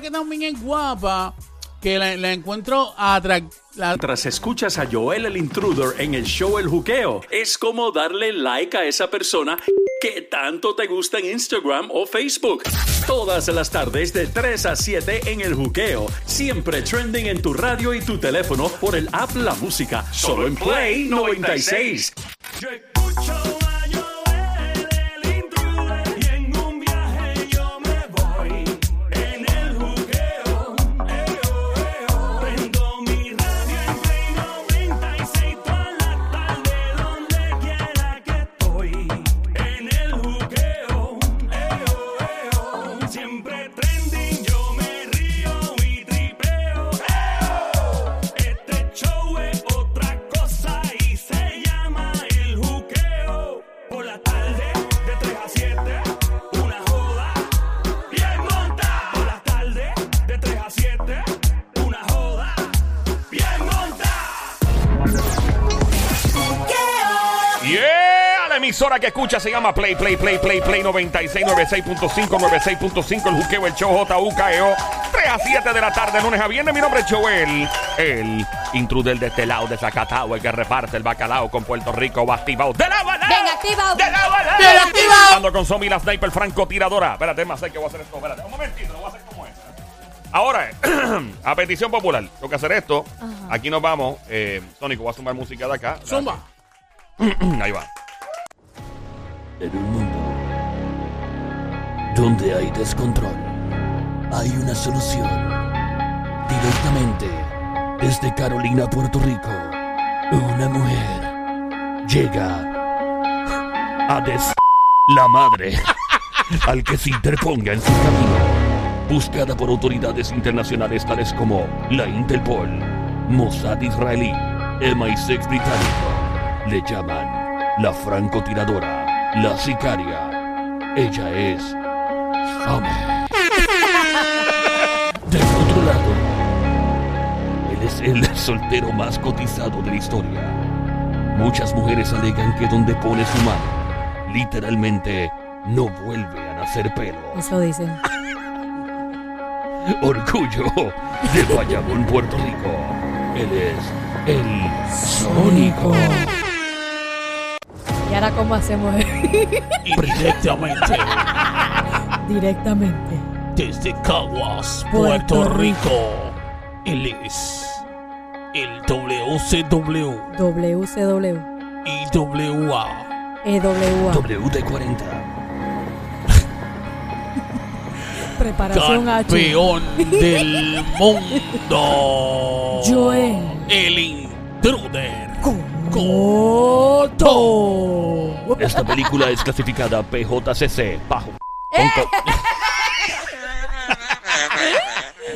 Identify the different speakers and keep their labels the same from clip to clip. Speaker 1: que también es guapa, que la, la encuentro atractiva.
Speaker 2: Mientras escuchas a Joel el Intruder en el show El Juqueo, es como darle like a esa persona que tanto te gusta en Instagram o Facebook. Todas las tardes de 3 a 7 en El Juqueo, siempre trending en tu radio y tu teléfono por el app La Música, solo en Play 96.
Speaker 3: Yo escucho a Joel, el intruder, y en un viaje yo me voy. En el juqueo, eh, oh, eh, oh. prendo mi radio en Play 96 toda la tarde, donde quiera que estoy. En el juqueo, eh, oh, eh, oh. siempre trending, yo me río y tripeo. Este show es otra cosa y se llama el juqueo. Por la tarde, de 3 a 7, una joda bien monta. Por la tarde, de 3 a 7, una joda bien monta.
Speaker 4: Yeah, la emisora que escucha se llama Play Play Play Play Play 96 96.5 96.5 el juqueo el show JUKEO 3 E a 7 de la tarde lunes a viernes mi nombre es Joel el intruder de este lado de Zacatau el que reparte el bacalao con Puerto Rico va activado de la balada
Speaker 5: Venga, activado.
Speaker 4: de la balada
Speaker 1: Bien activado.
Speaker 4: Ando con Somi la sniper francotiradora espérate más sé que voy a hacer esto espérate un momentito lo voy a hacer como es Ahora, a petición popular, lo que hacer esto, aquí nos vamos. Eh, Tónico, voy a sumar música de acá.
Speaker 1: Zumba.
Speaker 4: Ahí va.
Speaker 6: En un mundo donde hay descontrol, hay una solución. Directamente desde Carolina, Puerto Rico, una mujer llega a des la madre al que se interponga en su camino, buscada por autoridades internacionales tales como la Interpol, Mossad israelí, MI6 británico. Le llaman la francotiradora, la sicaria. Ella es Summer. Del otro lado, él es el soltero más cotizado de la historia. Muchas mujeres alegan que donde pone su mano, literalmente no vuelve a nacer pelo.
Speaker 5: Eso dicen.
Speaker 6: Orgullo de Bayamón, Puerto Rico. Él es el Sónico.
Speaker 5: ¿Y ahora cómo hacemos
Speaker 7: Directamente
Speaker 5: directamente?
Speaker 7: desde Caguas,
Speaker 5: Puerto
Speaker 7: Puerto Rico. Él es el WCW
Speaker 5: WCW,
Speaker 7: y WA.
Speaker 5: E EWA,
Speaker 6: WD40.
Speaker 5: Preparación H.
Speaker 7: Campeón del mundo.
Speaker 5: Joel.
Speaker 7: El intruder.
Speaker 5: Coto.
Speaker 6: Esta película es clasificada PJCC bajo. Con-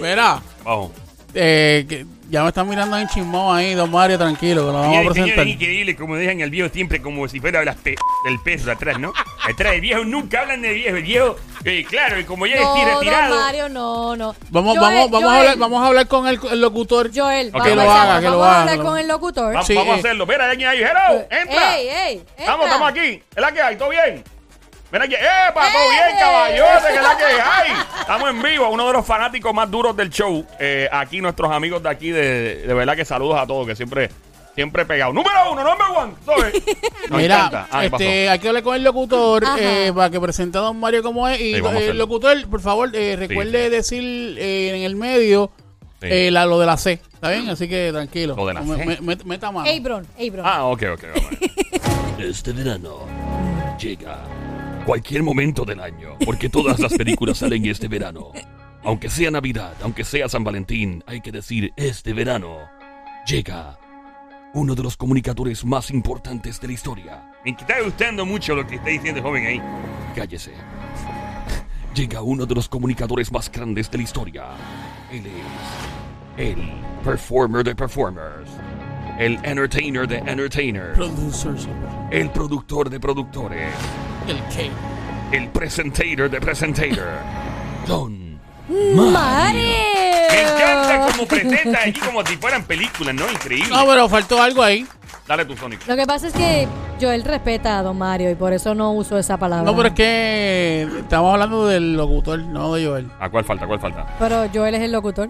Speaker 1: Verá,
Speaker 4: Vamos.
Speaker 1: eh, que ya me están mirando en chismón ahí, don Mario, tranquilo, que lo vamos a
Speaker 4: Señores, señores,
Speaker 1: presentar.
Speaker 4: increíble, como dejan el viejo siempre como si fuera las pe- del peso de atrás, ¿no? Atrás del viejo nunca hablan de viejo. El viejo, eh, claro, y como ya
Speaker 5: No,
Speaker 4: estoy
Speaker 5: don
Speaker 4: retirado.
Speaker 5: Mario, no, no.
Speaker 1: Vamos,
Speaker 5: Joel,
Speaker 1: vamos, vamos, a
Speaker 5: Joel,
Speaker 1: hablar, vamos a hablar con el, el locutor.
Speaker 5: Joel,
Speaker 1: que
Speaker 5: vamos,
Speaker 1: lo
Speaker 5: a-
Speaker 1: haga, que lo
Speaker 5: vamos a
Speaker 1: haga.
Speaker 5: hablar con el locutor.
Speaker 4: Vamos,
Speaker 1: Sí,
Speaker 4: vamos a
Speaker 1: eh.
Speaker 4: hacerlo. Mira, alguien ahí. Hello, entra.
Speaker 5: Eh, Ey, ey,
Speaker 4: Vamos,
Speaker 5: entra.
Speaker 4: estamos aquí. Es la que hay, todo bien. Ven aquí. ¡Epa! Todo
Speaker 5: ¡Eh!
Speaker 4: bien, caballote, que es la que hay. Estamos en vivo. Uno de los fanáticos más duros del show. Eh, aquí, nuestros amigos de aquí, de, de verdad que saludos a todos, que siempre, siempre pegados. Número uno, number one. ¿sabes? Nos
Speaker 1: Mira,
Speaker 4: encanta. Ah, ¿qué pasó?
Speaker 1: este, hay que hablar con el locutor
Speaker 5: Ajá.
Speaker 1: eh, para que presente a Don Mario como es. Y
Speaker 4: Sí, vamos a
Speaker 1: eh,
Speaker 4: hacerlo.
Speaker 1: locutor, por favor, eh, recuerde decir eh, en el medio eh, la- lo de la C, ¿está bien? Así que tranquilo.
Speaker 4: Lo de la
Speaker 1: Me-
Speaker 4: C.
Speaker 1: me- me- meta mano.
Speaker 5: Abron, Abron.
Speaker 4: Ah, ok, ok. vamos.
Speaker 6: Este verano llega cualquier momento del año, porque todas las películas salen este verano. Aunque sea Navidad, aunque sea San Valentín, hay que decir este verano llega uno de los comunicadores más importantes de la historia.
Speaker 4: Me está gustando mucho lo que está diciendo el joven ahí.
Speaker 6: Cállese. Llega uno de los comunicadores más grandes de la historia. Él es el performer de performers, el entertainer de entertainers,
Speaker 1: Producers.
Speaker 6: el productor de productores.
Speaker 1: El K.
Speaker 6: el presentator de presentator, Don
Speaker 5: Mario. Ah,
Speaker 4: Me encanta cómo presenta aquí como si fueran películas, ¿no? Increíble.
Speaker 1: No, pero faltó algo ahí.
Speaker 4: Dale tu Sonic.
Speaker 5: Lo que pasa es que Joel respeta a Don Mario y por eso no uso esa palabra.
Speaker 1: No, pero es que estamos hablando del locutor, no de Joel.
Speaker 4: ¿A cuál falta? ¿Cuál falta?
Speaker 5: Pero Joel es el locutor.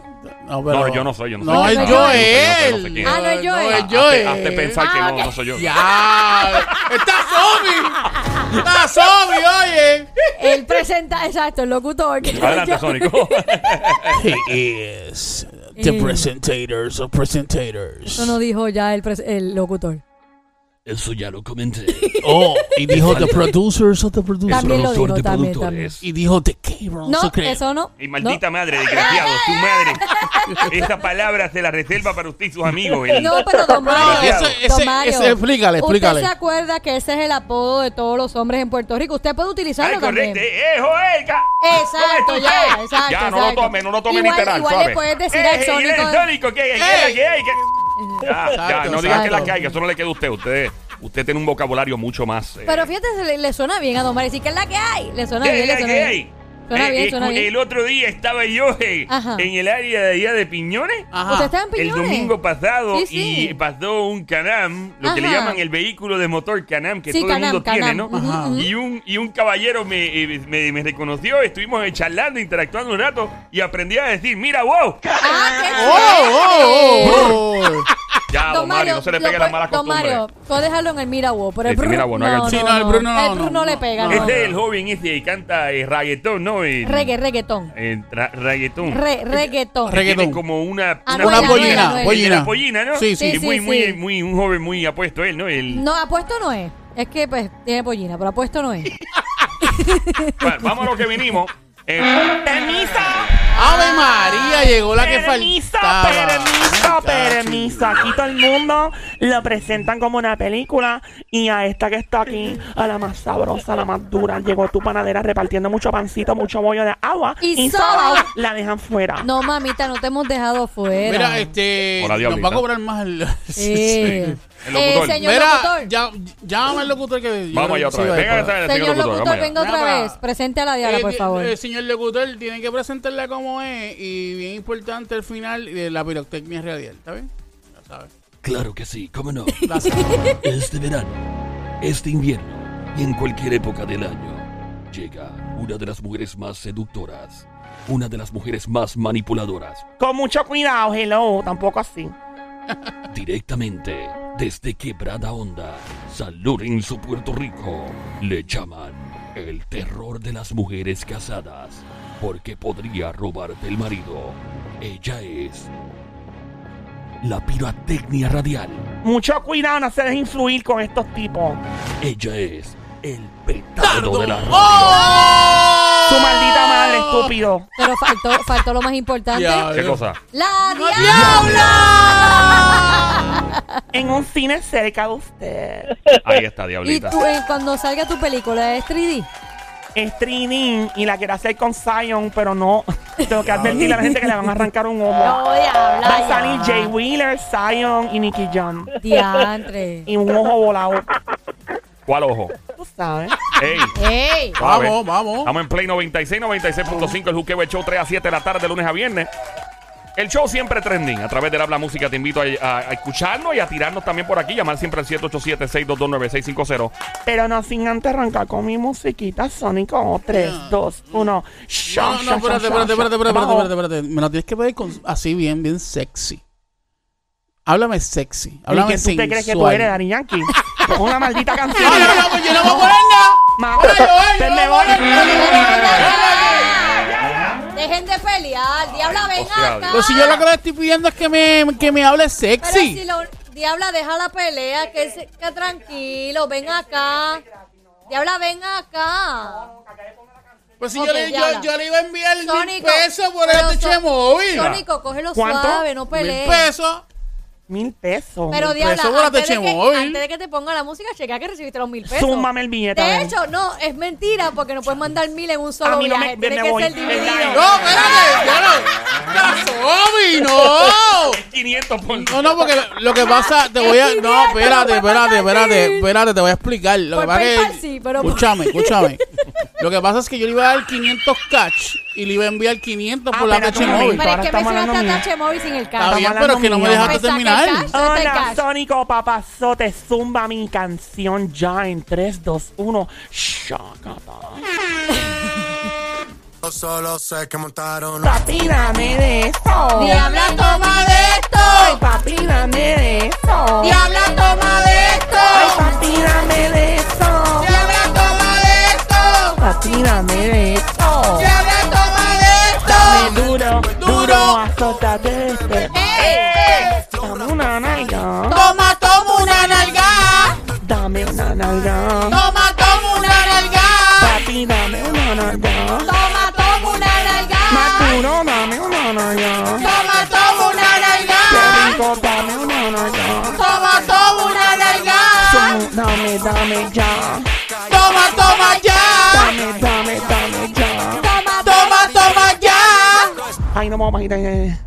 Speaker 1: No, pero...
Speaker 4: No, yo no soy, yo no
Speaker 1: No,
Speaker 4: soy.
Speaker 1: es
Speaker 5: Ah,
Speaker 1: Joel.
Speaker 5: yo no
Speaker 4: sé, yo no sé quién es.
Speaker 5: Ah, no es Joel.
Speaker 1: No, es
Speaker 5: Ah,
Speaker 1: Joel.
Speaker 4: Hazte, hazte pensar que no, no soy yo.
Speaker 1: Ya. Está zombie. Está zombie, oye.
Speaker 5: Él presenta, exacto, el locutor.
Speaker 4: Adelante, Sonic.
Speaker 7: He is the
Speaker 5: Eh.
Speaker 7: presentators of presentators.
Speaker 5: Eso no dijo ya el, pres- el locutor.
Speaker 6: Eso ya lo comenté.
Speaker 7: Oh, y dijo the producers of the producers.
Speaker 5: También lo
Speaker 6: productor
Speaker 5: digo,
Speaker 6: de
Speaker 5: también,
Speaker 6: productores.
Speaker 5: también.
Speaker 7: Y dijo the cabrons
Speaker 5: No,
Speaker 7: of creators.
Speaker 5: eso no.
Speaker 4: Y maldita madre, desgraciado, tu madre. Esta palabra se la reserva para usted y sus amigos. el-
Speaker 5: No, no pero Don Mario.
Speaker 1: eso- ese-
Speaker 5: don Mario,
Speaker 1: ese- explícale, explícale.
Speaker 5: ¿Usted se acuerda que ese es el apodo de todos los hombres en Puerto Rico? Usted puede utilizarlo
Speaker 4: Ay,
Speaker 5: también.
Speaker 4: correcto. Eh, eh, Joel, ca-
Speaker 5: Exacto,
Speaker 4: Tome tú,
Speaker 5: ya,
Speaker 4: eh.
Speaker 5: exacto.
Speaker 4: Ya, no
Speaker 5: exacto.
Speaker 4: lo tome, no lo tome
Speaker 5: igual,
Speaker 4: literal,
Speaker 5: Igual
Speaker 4: suave.
Speaker 5: le puedes decir
Speaker 4: Eh,
Speaker 5: al
Speaker 4: ¿quién es
Speaker 5: Sónico.
Speaker 4: el Sónico? ¿Qué? ¿Qué?
Speaker 1: Ey.
Speaker 4: ¿Qué? ¿Qué? Ya, ya,
Speaker 1: Exacto,
Speaker 4: no digas que la
Speaker 5: exacto.
Speaker 4: caiga, eso no le queda a usted. Usted, usted tiene un vocabulario mucho más. eh,
Speaker 5: Pero fíjate, se le, le suena bien a Don Mario. Sí, que es la que hay. Le suena
Speaker 4: ¿Qué,
Speaker 5: bien, le
Speaker 4: qué,
Speaker 5: suena
Speaker 4: qué?
Speaker 5: bien. Suena
Speaker 4: Eh,
Speaker 5: bien,
Speaker 4: escu-
Speaker 5: suena bien.
Speaker 4: El otro día estaba yo eh,
Speaker 5: Ajá.
Speaker 4: en el área de allá de Piñones.
Speaker 1: Ajá.
Speaker 5: ¿Usted está en
Speaker 4: El
Speaker 5: piñones?
Speaker 4: domingo pasado
Speaker 5: Sí, sí.
Speaker 4: y pasó un Canam, lo que le
Speaker 5: Ajá.
Speaker 4: llaman el vehículo de motor Canam, que
Speaker 5: Sí,
Speaker 4: todo
Speaker 5: Can-Am,
Speaker 4: el mundo tiene,
Speaker 5: Can-Am.
Speaker 4: ¿no?
Speaker 5: Ujú, Ajá. ujú.
Speaker 4: Y un y un caballero me, eh, me, me reconoció, estuvimos eh, charlando, interactuando un rato y aprendí a decir, mira, wow.
Speaker 5: Ah, qué
Speaker 1: Oh, oh, oh.
Speaker 4: Ya, don, Mario, no se le
Speaker 5: lo
Speaker 4: pegue las
Speaker 5: puede-
Speaker 4: malas
Speaker 5: Don
Speaker 4: costumbres.
Speaker 5: Mario, puedes dejarlo en el Mirawo, pero
Speaker 4: Sí,
Speaker 5: el
Speaker 4: sí,
Speaker 5: Bruno.
Speaker 4: Mirawo, no hagan-
Speaker 1: Sí, no, el Bruno no,
Speaker 5: El Bruno
Speaker 1: no,
Speaker 5: le
Speaker 1: no.
Speaker 5: pega. no,
Speaker 4: Este es el
Speaker 5: no.
Speaker 4: joven ese que canta eh, reggaetón, ¿no? Eh,
Speaker 5: Reggae, reggaetón.
Speaker 4: eh, tra- reggaetón.
Speaker 5: Re- reggaetón.
Speaker 1: Re-
Speaker 4: Que Tiene
Speaker 1: Reggaetón.
Speaker 4: como una...
Speaker 5: Ah,
Speaker 1: Una
Speaker 5: Abuela,
Speaker 1: pollina,
Speaker 5: abuela.
Speaker 1: pollina.
Speaker 4: Una pollina, ¿no?
Speaker 1: Sí, sí.
Speaker 4: Y
Speaker 5: Sí,
Speaker 4: muy,
Speaker 5: sí,
Speaker 4: muy,
Speaker 5: sí.
Speaker 4: muy, un joven muy apuesto él, ¿no? El,
Speaker 5: No, apuesto no es. Es que pues, tiene pollina, pero apuesto no es.
Speaker 4: Va- vamos a lo que vinimos. Eh,
Speaker 1: Ave María, llegó la que faltaba.
Speaker 8: permiso,
Speaker 1: Muchacho.
Speaker 8: permiso. Aquí todo el mundo lo presentan como una película y a esta que está aquí, a la más sabrosa, a la más dura, llegó tu panadera repartiendo mucho pancito, mucho bollo de agua
Speaker 5: Y
Speaker 8: y,
Speaker 5: soda.
Speaker 8: soda, la dejan fuera.
Speaker 5: No, mamita, no te hemos dejado fuera.
Speaker 1: Mira, este. nos
Speaker 4: Hola,
Speaker 1: va
Speaker 4: diablita.
Speaker 1: a cobrar más el. Sí, sí.
Speaker 5: Eh,
Speaker 4: El
Speaker 5: Eh,
Speaker 4: locutor.
Speaker 5: señor
Speaker 1: Mira,
Speaker 5: locutor.
Speaker 1: ya, llama al locutor que. yo
Speaker 4: vamos allá
Speaker 1: creo
Speaker 4: otra
Speaker 1: que sí
Speaker 4: vez.
Speaker 1: va
Speaker 4: Venga,
Speaker 1: a pagar.
Speaker 4: esta-
Speaker 5: Señor
Speaker 4: locutor, vamos
Speaker 5: locutor,
Speaker 4: allá.
Speaker 5: venga
Speaker 1: Mira,
Speaker 5: otra
Speaker 1: para-
Speaker 5: vez. Presente a la Diana,
Speaker 1: Eh,
Speaker 5: por
Speaker 1: di-
Speaker 5: favor.
Speaker 1: eh, señor locutor, tiene que presentarla como es. Y bien importante el final de la pirotecnia radial, ¿está bien? Ya sabes.
Speaker 6: Claro que sí, cómo no.
Speaker 1: La sabes.
Speaker 6: Este verano, este invierno y en cualquier época del año, llega una de las mujeres más seductoras, una de las mujeres más manipuladoras,
Speaker 8: Con mucho cuidado, hello, tampoco así.
Speaker 6: directamente desde Quebrada Onda, San Lorenzo, Puerto Rico. Le llaman el terror de las mujeres casadas, porque podría robarte el marido. Ella es la pirotecnia radial.
Speaker 8: Mucho cuidado, no se dejen influir con estos tipos.
Speaker 6: Ella es el petardo de la radio.
Speaker 1: ¡Oh!
Speaker 4: ¡Oh!
Speaker 8: Tu maldita madre, estúpido.
Speaker 5: Pero faltó, faltó lo más importante.
Speaker 1: Ya,
Speaker 4: ¿Qué
Speaker 1: ya.
Speaker 4: cosa?
Speaker 5: ¡La
Speaker 1: ¡No,
Speaker 5: Diabla!
Speaker 8: En un cine cerca de usted.
Speaker 4: Ahí está,
Speaker 5: Y
Speaker 4: diablita.
Speaker 5: tú, eh, cuando salga tu película, ¿es 3D?
Speaker 8: Es 3D y la quiero hacer con Zion, pero no. Tengo que advertirle a la gente que le van a arrancar un ojo. Va a salir Jay Wheeler, Zion y Nicky John.
Speaker 5: Diantre.
Speaker 8: Y un ojo volado.
Speaker 4: ¿Cuál ojo?
Speaker 8: Tú sabes.
Speaker 4: Ey.
Speaker 5: ¡Ey!
Speaker 1: Vamos, vamos.
Speaker 4: Estamos en Play 96, 96.5, el Juqueo, el show 3 a 7 de la tarde, de lunes a viernes. El show siempre trending. A través del Habla Música te invito a, a- a escucharnos y a tirarnos también por aquí. Llamar siempre al 787-622-9650.
Speaker 8: Pero no sin antes arrancar con mi musiquita oh, Sónico. 3, 2, 1.
Speaker 1: No, no, no, espérate, espérate, espérate, espérate, espérate, espérate. Me la tienes que pedir con- así bien, bien sexy. Háblame sexy. Háblame
Speaker 8: ¿Y qué tú
Speaker 1: sensual.
Speaker 8: te crees que tú eres, Dari Yankee? Con una maldita canción.
Speaker 1: No, no, no, pues yo no voy a poner nada.
Speaker 8: Ma-
Speaker 1: Oye, oye,
Speaker 8: Te
Speaker 1: yo
Speaker 8: me
Speaker 1: no voy
Speaker 8: voy.
Speaker 1: a poner nada.
Speaker 5: Dejen de pelear, Diabla, ven
Speaker 4: o sea,
Speaker 5: acá.
Speaker 4: Dios.
Speaker 1: Pero si yo lo que le estoy pidiendo es que me, que me hable
Speaker 5: Pero si
Speaker 1: sexy.
Speaker 5: lo, Diabla, deja la pelea, que, se- que tranquilo, ven acá. Diabla, ven acá.
Speaker 1: Pues si
Speaker 5: Ok,
Speaker 1: yo, le,
Speaker 5: ya
Speaker 1: yo,
Speaker 5: habla.
Speaker 1: yo le iba a enviar mil
Speaker 5: Sónico,
Speaker 1: pesos por
Speaker 5: pero
Speaker 1: este
Speaker 5: so-
Speaker 1: chemóvil.
Speaker 5: Sónico, cógelo
Speaker 8: ¿Cuánto?
Speaker 5: suave, no
Speaker 1: Mil
Speaker 5: pelees.
Speaker 1: pesos.
Speaker 8: Mil pesos.
Speaker 5: Pero Diabla,
Speaker 1: pesos por
Speaker 5: antes,
Speaker 1: este
Speaker 5: de que,
Speaker 1: chemóvil.
Speaker 5: antes de que te ponga la música, chequea que recibiste los mil pesos.
Speaker 8: Súmame el billete. a
Speaker 5: De
Speaker 8: ver.
Speaker 5: hecho, no, es mentira porque no puedes mandar mil en un
Speaker 8: A
Speaker 5: solo
Speaker 8: mí no me-
Speaker 5: viaje. Tiene
Speaker 8: me
Speaker 5: que
Speaker 8: voy.
Speaker 5: ser dividido.
Speaker 8: Me
Speaker 1: No, espérate, ya no. ¡Está Sónico, no!
Speaker 4: 500 por.
Speaker 1: No, no, porque lo- lo que pasa, te voy a. No,
Speaker 5: 500,
Speaker 1: espérate,
Speaker 5: no fue
Speaker 1: espérate,
Speaker 5: para
Speaker 1: espérate,
Speaker 5: ti.
Speaker 1: espérate, te voy a explicar. Lo
Speaker 5: Por
Speaker 1: que pasa
Speaker 5: PayPal
Speaker 1: es
Speaker 5: sí,
Speaker 1: que.
Speaker 5: pero por-
Speaker 1: Escúchame, escúchame. Lo que pasa es que yo le iba a dar 500 catch y le iba a enviar 500 por
Speaker 8: Ah,
Speaker 1: la
Speaker 8: pero
Speaker 1: caché
Speaker 8: tú no me
Speaker 1: móvil.
Speaker 5: Pero es
Speaker 8: Ahora
Speaker 5: que
Speaker 8: estamos
Speaker 5: mencionaste
Speaker 8: hablando
Speaker 5: a Tache Móvil sin el
Speaker 1: Está
Speaker 5: carro.
Speaker 1: bien,
Speaker 8: hablando
Speaker 1: pero es que no me
Speaker 8: mío.
Speaker 1: dejaste
Speaker 5: Pues saca el
Speaker 1: terminar.
Speaker 5: catch. Suelta el
Speaker 8: Hola,
Speaker 5: cash.
Speaker 8: Sónico Papazote, zumba mi canción ya en 3, 2, 1. Shakata.
Speaker 9: Yo solo sé que montaron
Speaker 8: Papi, dame de eso.
Speaker 5: Diabla, toma de
Speaker 8: Ay,
Speaker 5: esto.
Speaker 8: papi, dame de eso.
Speaker 5: Diabla, toma de
Speaker 8: Ay,
Speaker 5: esto.
Speaker 8: papi, dame de eso.
Speaker 5: Diabla, toma de esto.
Speaker 8: Papi, dame de eso.
Speaker 5: Diabla, toma de esto.
Speaker 8: Dame duro, duro, azótate este.
Speaker 5: ¡Ey!
Speaker 8: Dame una nalga.
Speaker 5: Toma, toma una nalga.
Speaker 8: Dame una nalga.
Speaker 5: Toma, toma una nalga.
Speaker 8: Papi, dame una nalga.
Speaker 5: Toma, toma una nalga.
Speaker 8: Maduro, dame una nalga.
Speaker 5: Toma, toma una
Speaker 8: Qué
Speaker 5: nalga.
Speaker 8: rico, dame una nalga.
Speaker 5: Toma, toma una nalga.
Speaker 8: Sumo, Dame, dame ya.
Speaker 5: Toma, toma ya.
Speaker 8: Dame, dame, dame ya.
Speaker 5: Toma, toma, toma ya.
Speaker 8: Ay, no me voy a imaginar. eh.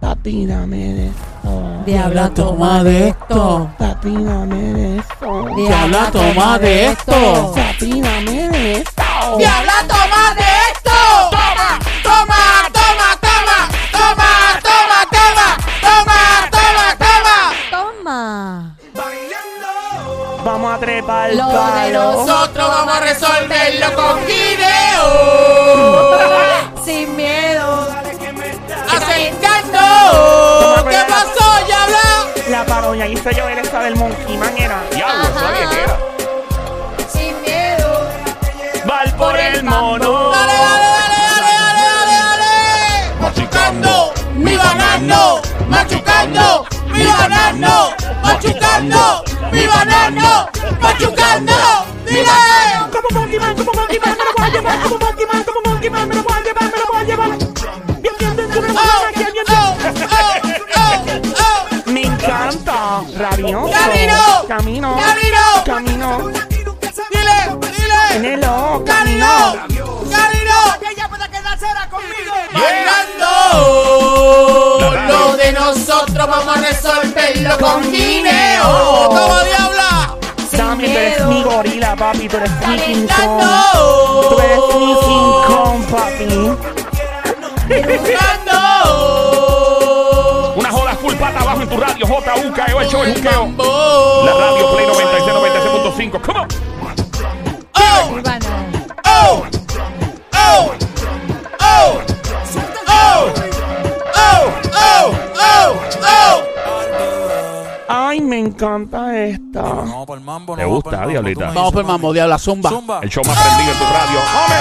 Speaker 8: Papi, dame de eso.
Speaker 7: Diabla, toma de esto.
Speaker 8: Papi, dame de eso.
Speaker 7: Diabla, toma de esto.
Speaker 8: Papi, dame de eso.
Speaker 5: Diabla, toma de esto. Toma, toma, toma, toma. Toma, toma, toma. Toma, toma, toma. Toma.
Speaker 8: Vamos a trepar el
Speaker 5: Lo de
Speaker 8: palo.
Speaker 5: nosotros vamos a resolverlo con video. Sin miedo. Acercando. ¿Qué pasó, Diabla?
Speaker 8: La parodia que hice yo era esa del Monkey Man era.
Speaker 4: Diablo, esa
Speaker 5: Ajá.
Speaker 4: viejera.
Speaker 5: Sin miedo.
Speaker 8: Val por el mono.
Speaker 5: Dale, dale, dale, dale, dale, dale, dale.
Speaker 1: Machucando mi banano, machucando mi banano, machucando mi banano, machucando mi banano.
Speaker 8: Como Monkey Man, como Monkey Man, me lo voy a llevar. Como Monkey Man, como Monkey Man, me lo voy a llevar, me lo voy a llevar. Bien, bien, bien, bien, bien,
Speaker 1: Oh,
Speaker 8: bien, bien,
Speaker 1: oh,
Speaker 8: bien.
Speaker 1: oh, oh, oh.
Speaker 8: Me encanta. Rabioso.
Speaker 1: Camino.
Speaker 8: Camino.
Speaker 1: Camino.
Speaker 8: Camino.
Speaker 1: Dile, dile.
Speaker 8: Nelo.
Speaker 1: Camino,
Speaker 8: Camino.
Speaker 1: camino.
Speaker 5: Ella puede quedarse ahora conmigo.
Speaker 1: Bailando. Lo de nosotros vamos a resolverlo con guineo. Toma diabla.
Speaker 8: Dame, tú eres mi gorila, papi. Tú eres mi King Kong. Tú eres mi King
Speaker 1: Bailando.
Speaker 8: Kong, papi.
Speaker 1: Bailando.
Speaker 4: Una joda full pata abajo en tu radio. JUKEO, E el show, el juqueo.
Speaker 1: Mambo.
Speaker 4: La radio Play 96, 96.5. Come on.
Speaker 1: Oh, oh, oh, oh, oh, oh, oh, oh, oh.
Speaker 8: Ay, me encanta esta.
Speaker 9: No, por mambo,
Speaker 4: Me
Speaker 9: no.
Speaker 4: gusta, diablita.
Speaker 1: Vamos por el mambo, diabla, zumba.
Speaker 9: Zumba.
Speaker 4: El show más prendido en tu radio. ¡Hombre!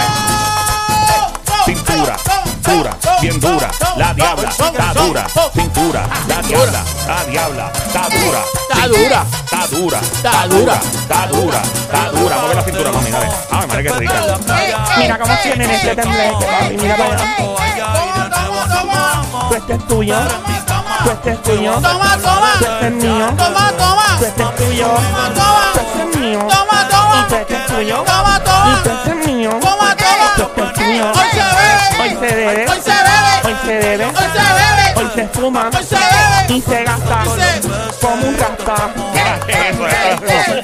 Speaker 4: Cintura, dura, bien dura. La diabla, está dura. Cintura, la diabla, la diabla, está dura.
Speaker 1: Está dura.
Speaker 4: Está dura,
Speaker 1: Está dura.
Speaker 4: está dura, está dura. Mueve la cintura, mami, dale. Ay, madre, qué rica.
Speaker 3: eh,
Speaker 8: Mira cómo tienen este tembleque, papi. Mira para allá.
Speaker 3: eh,
Speaker 1: Toma,
Speaker 8: Tú este es tuyo. Tú este es tuyo.
Speaker 1: toma,
Speaker 8: Tú este es mío.
Speaker 1: toma, toma,
Speaker 8: Tú este es tuyo. Tú este es mío.
Speaker 1: toma,
Speaker 8: Y tú
Speaker 1: toma,
Speaker 8: este es tuyo.
Speaker 1: toma,
Speaker 8: Y tú
Speaker 1: toma.
Speaker 8: este es mío.
Speaker 1: Toma, toma.
Speaker 8: Tú este es mío.
Speaker 1: Hoy se
Speaker 8: Hoy se
Speaker 1: bebe,
Speaker 8: bebe.
Speaker 1: hoy se bebe,
Speaker 8: Hoy se bebe.
Speaker 1: hoy se bebe,
Speaker 8: Hoy se fuma.
Speaker 1: hoy se bebe.
Speaker 8: Y se gasta. Como un rasta.
Speaker 4: Eso, eso, eso.
Speaker 1: Ey,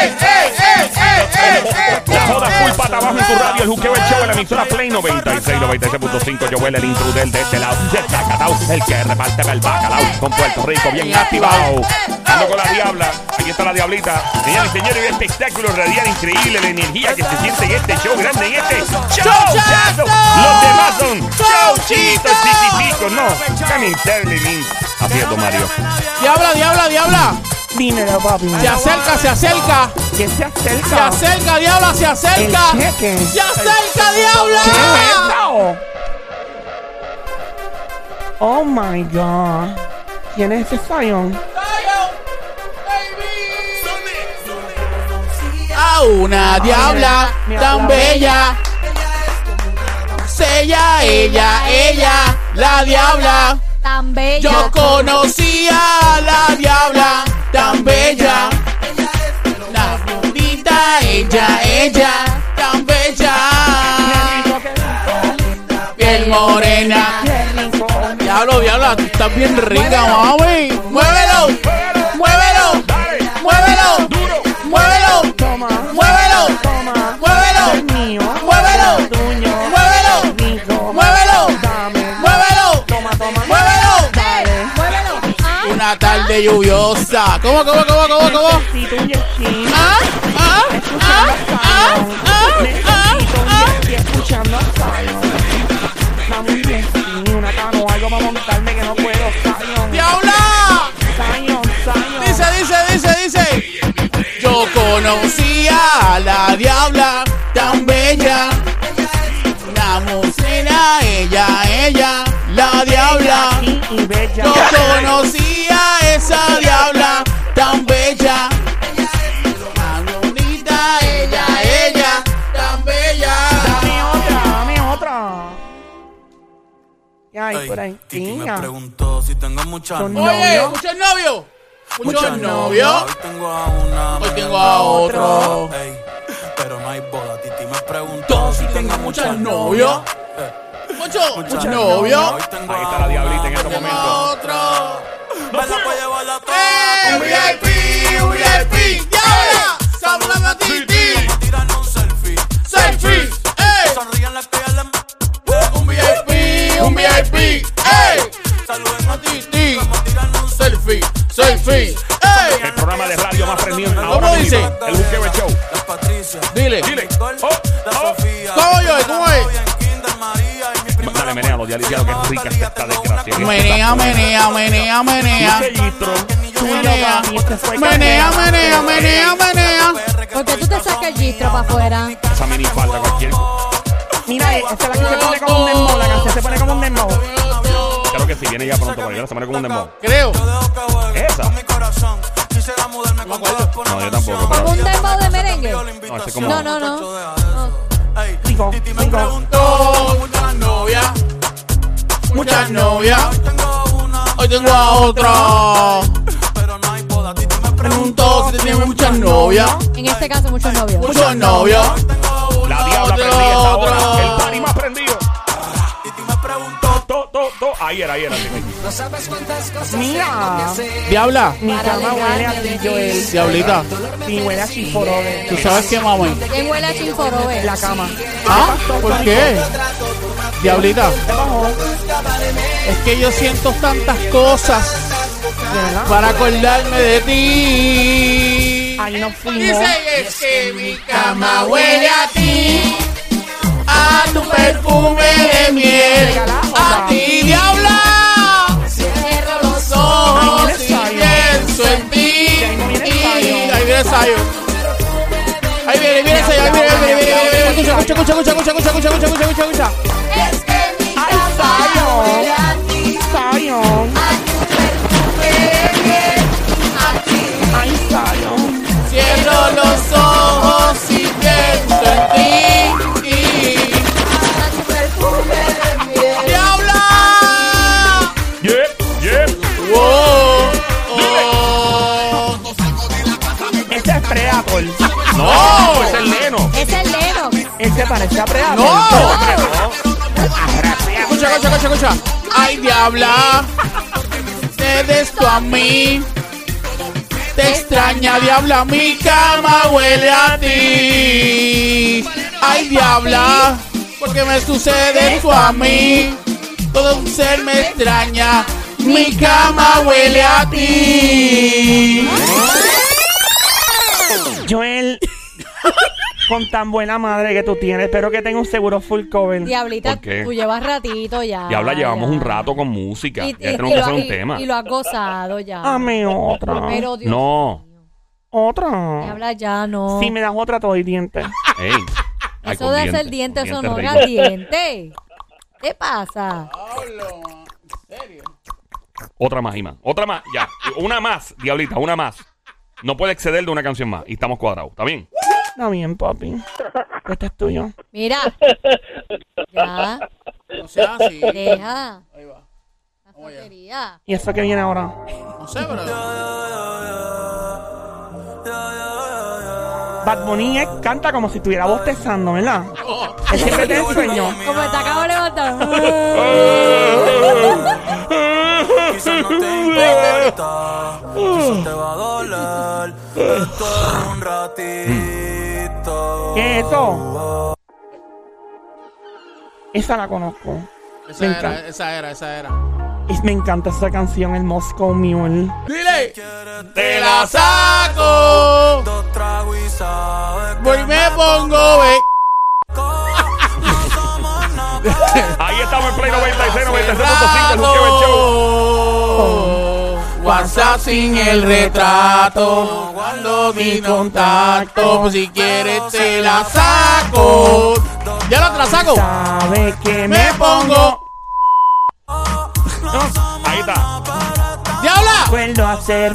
Speaker 1: ey, ey, ey, ey, ey, ey, ey.
Speaker 4: La joda full pata abajo en tu radio, el juqueo el show en la emisora Play 96, 96.5. Yo huele el intruder de este lado, el chacatao, el que reparte el bacalao con Puerto Rico, bien activado. Ando con la diabla, aquí está la diablita. Señores y señores, el espectáculo radial increíble, la energía que se siente en este show, grande en este show. chazo. Los demás son chauchitos, chiquiticos, no, caminterle, Así es, don Mario.
Speaker 1: Diabla, diabla, diabla.
Speaker 8: Dímelo, papi.
Speaker 1: Se acerca, se acerca.
Speaker 8: Que se
Speaker 1: Se
Speaker 8: acerca.
Speaker 1: acerca, diabla, se
Speaker 8: El
Speaker 1: acerca.
Speaker 8: cheque.
Speaker 1: Se acerca, diabla.
Speaker 8: ¿Qué es eso? Oh my god. ¿Quién es ese Zion?
Speaker 1: A una diabla
Speaker 8: Ah, mira,
Speaker 1: tan
Speaker 8: la
Speaker 1: bella. Ella, ella, ella, la diabla.
Speaker 5: Tan bella.
Speaker 1: Yo conocía a la diabla tan bella. La bonita, ella, ella, tan bella. Piel morena.
Speaker 8: Qué rico.
Speaker 1: La Diablo, diablo, tú estás bien rica, mami. Muévelo, muévelo, muévelo, muévelo,
Speaker 8: Toma.
Speaker 1: muévelo,
Speaker 8: Toma.
Speaker 1: muévelo,
Speaker 8: Es mío.
Speaker 1: Muévelo.
Speaker 8: Tuño.
Speaker 1: Muévelo.
Speaker 8: Rico.
Speaker 1: Muévelo.
Speaker 8: Dame.
Speaker 1: muévelo.
Speaker 8: Toma, toma.
Speaker 1: Muévelo.
Speaker 8: Dale.
Speaker 5: Muévelo. Ah,
Speaker 1: Una tarde lluviosa. ¿Cómo, cómo, cómo, cómo, cómo?
Speaker 8: Necesito un yesquín.
Speaker 1: Ah, ah, ah, ah, ah, ah,
Speaker 8: Necesito un
Speaker 1: ah.
Speaker 8: yesquín. Escuchando a Zion. Dame un yesquín, una canoa, algo para montarme que no puedo. Zion.
Speaker 1: Diabla.
Speaker 8: Zion, Zion.
Speaker 1: Dice, dice, dice, dice. Yo conocía a la diabla tan bella. La musera, ella, ella, la diabla.
Speaker 8: Aquí y bella.
Speaker 1: Yo conocía a esa diabla tan bella. Tan bonita, ella, ella, tan
Speaker 8: Dame
Speaker 1: bella.
Speaker 8: otra, dame otra. Ay, por ahí.
Speaker 9: Kiki me
Speaker 8: niña.
Speaker 9: preguntó si tengo muchas
Speaker 8: Son
Speaker 9: novias.
Speaker 1: Oye,
Speaker 8: Novio.
Speaker 1: muchos novios. Muchos
Speaker 9: Muchas
Speaker 1: novios.
Speaker 9: Hoy tengo a una.
Speaker 1: Hoy
Speaker 9: mañana
Speaker 1: tengo a otro.
Speaker 9: Ey, pero no hay boda. Titi me preguntó si tengo muchas
Speaker 1: novios.
Speaker 9: novias. Eh,
Speaker 1: Muchos
Speaker 9: muchas
Speaker 1: novios.
Speaker 9: Hoy tengo
Speaker 4: Ahí está
Speaker 9: a
Speaker 4: la diablita en
Speaker 9: una
Speaker 4: este
Speaker 1: Tengo
Speaker 4: momento.
Speaker 1: a otro.
Speaker 9: Me la voy a llevar la toa.
Speaker 1: ¡Eh! VIP, VIP. Diabla, hablando a ti, ti.
Speaker 9: Tiran un selfie.
Speaker 1: Selfie, ey.
Speaker 9: Sonrían las que ya
Speaker 1: Eh. Un VIP, un VIP. Ey.
Speaker 9: Saluden a ti.
Speaker 1: Titi.
Speaker 9: Como tiran un selfie.
Speaker 1: Eh. Selfie, selfie. Ey.
Speaker 4: El programa de radio más premium
Speaker 9: ¿Cómo
Speaker 4: ahora mismo.
Speaker 1: dice?
Speaker 4: El Juqueo el Show.
Speaker 9: La Patricia.
Speaker 1: Dile.
Speaker 4: Dile.
Speaker 9: Nicole,
Speaker 4: Oh,
Speaker 9: la
Speaker 4: oh.
Speaker 9: Sofía.
Speaker 1: ¿Cómo yo? ¿Cómo es?
Speaker 9: Novia en Kinder María y mi primera
Speaker 4: Dale, menealo, ya diablo, que rica está esta desgracia.
Speaker 1: Menea, menea, menea, menea.
Speaker 4: Luquellitro.
Speaker 1: Menea,
Speaker 8: Este fue
Speaker 1: menea,
Speaker 8: campeón.
Speaker 1: menea, menea, menea.
Speaker 9: Eh.
Speaker 5: Porque tú te sacas el gistro para afuera.
Speaker 4: Esa mini falda cualquier.
Speaker 8: Mira, esta es la que se pone como un dembow, la canción se pone como un dembow.
Speaker 4: Claro que si viene ya pronto para ir a la semana como un dembow.
Speaker 1: Creo.
Speaker 4: Esa.
Speaker 9: corazón. Quisiera mudarme
Speaker 1: No me
Speaker 9: con
Speaker 1: acuerdo.
Speaker 9: color por
Speaker 4: No,
Speaker 9: una
Speaker 4: yo tampoco,
Speaker 9: canción.
Speaker 4: pero-
Speaker 5: ¿Como un dembow de merengue?
Speaker 4: No, ese es como.
Speaker 5: No, no, no.
Speaker 9: Ey,
Speaker 8: Rico,
Speaker 9: Titi me
Speaker 8: rico.
Speaker 9: preguntó,
Speaker 1: Muchas novias. Muchas novias.
Speaker 9: hoy tengo una,
Speaker 1: Hoy tengo a otro.
Speaker 9: pero no hay boda. Titi me
Speaker 1: Preguntó si tiene muchas novias.
Speaker 5: En este caso, muchos novios.
Speaker 1: Muchos novios.
Speaker 4: La diabla
Speaker 1: Otro,
Speaker 4: prendida esta hora.
Speaker 1: otro.
Speaker 4: El party más prendido.
Speaker 9: Titi me preguntó,
Speaker 4: To, to, to. Ayer, ayer. así que-
Speaker 8: Mira,
Speaker 1: Diabla.
Speaker 8: mi cama huele a ti, Joel.
Speaker 1: Diablita.
Speaker 8: Sí, huele a chiforode.
Speaker 1: ¿Tú sabes qué, mami?
Speaker 5: ¿Quién huele a chinforobe?
Speaker 8: La cama.
Speaker 1: ¿Ah? ¿Por qué? Diablita.
Speaker 8: Te bajó, de
Speaker 1: Es que yo siento tantas cosas
Speaker 8: verdad.
Speaker 1: para acordarme de ti.
Speaker 8: Ahí nos fuimos.
Speaker 1: Pues Dice es que mi cama huele a ti, a tu perfume de miel, a ti diabla. Cierro los ojos y pienso en ti. Y- Ahí viene Sayo. Ahí viene, viene Sayo, ahí viene, ahí viene, ahí viene, ahí viene. Escucha, escucha, escucha, escucha, escucha, escucha, escucha, escucha, escucha, escucha.
Speaker 8: ¡Ay, Zion! ¡Zion! ¡Ay, Zion!
Speaker 1: Cierro los ojos y pienso en ti. ¡Diabla!
Speaker 4: Yep, yep.
Speaker 1: ¡Wow! Oh.
Speaker 8: Este es Predator.
Speaker 4: No, es el Leno.
Speaker 5: Es el Leno.
Speaker 8: Este parece a Predator.
Speaker 1: ¡No! Escucha, escucha, escucha, escucha. Ay, diabla. Cedes esto a mí. Te extraña, diabla. Mi cama huele a ti. Ay, diabla. Porque me sucede esto a mí. Todo un ser me extraña. Mi cama huele a ti.
Speaker 8: Joel, con tan buena madre que tú tienes, espero que tenga un seguro full cover.
Speaker 5: Diablita,
Speaker 4: ¿Por qué?
Speaker 5: tú llevas ratito ya.
Speaker 4: Y habla, llevamos
Speaker 5: ya.
Speaker 4: un rato con música.
Speaker 5: Y,
Speaker 4: Ya
Speaker 5: y-
Speaker 4: tenemos
Speaker 5: y
Speaker 4: que
Speaker 5: lo,
Speaker 4: hacer
Speaker 5: y-
Speaker 4: un tema.
Speaker 5: y lo has gozado ya.
Speaker 8: Dame otra.
Speaker 5: Pero Dios,
Speaker 4: No.
Speaker 8: Otra.
Speaker 5: habla ya, no.
Speaker 8: Si me das otra, todo doy diente.
Speaker 4: Ey. Ay,
Speaker 5: eso
Speaker 4: con
Speaker 5: debe ser
Speaker 4: dientes,
Speaker 5: diente,
Speaker 4: con
Speaker 5: eso
Speaker 4: dientes
Speaker 5: no
Speaker 4: ricos.
Speaker 5: era diente. ¿Qué pasa?
Speaker 4: Otra más, Iman. Otra más, ya. Una más, diablita, una más. No puede exceder de una canción más. Y estamos cuadrados, ¿está bien?
Speaker 8: Está bien, papi. Este es tuyo.
Speaker 5: Mira. Ya,
Speaker 1: No sea así.
Speaker 5: deja.
Speaker 1: Ahí va.
Speaker 5: La jotería.
Speaker 8: ¿Y eso que viene ahora?
Speaker 1: No sé, pero.
Speaker 8: Bad Bunny eh, canta como si estuviera bostezando, ¿verdad? Él siempre tiene sueño.
Speaker 5: Como está acabado de levantar.
Speaker 9: mamita, eso te va a doler. Esto es un ratito.
Speaker 8: ¿Qué es eso? Esa la conozco.
Speaker 1: Esa
Speaker 8: Me
Speaker 1: era,
Speaker 8: encanta.
Speaker 1: esa era, esa era.
Speaker 8: Es- me encanta esa canción, el Moscow Mule.
Speaker 1: Dile, te la saco.
Speaker 9: Dos tragos y sabes que
Speaker 1: Voy y me pongo, ve.
Speaker 9: no somos nada.
Speaker 4: Ahí estamos en Play 96, 96.5, el Juqueo el Show.
Speaker 1: WhatsApp sin el retrato, guardo mi contacto, si quieres te la saco. Ya la otra saco.
Speaker 8: ¿Sabe que me,
Speaker 1: Me pongo.
Speaker 4: Ahí está.
Speaker 1: ¡Diabla!
Speaker 8: acuerdo hacer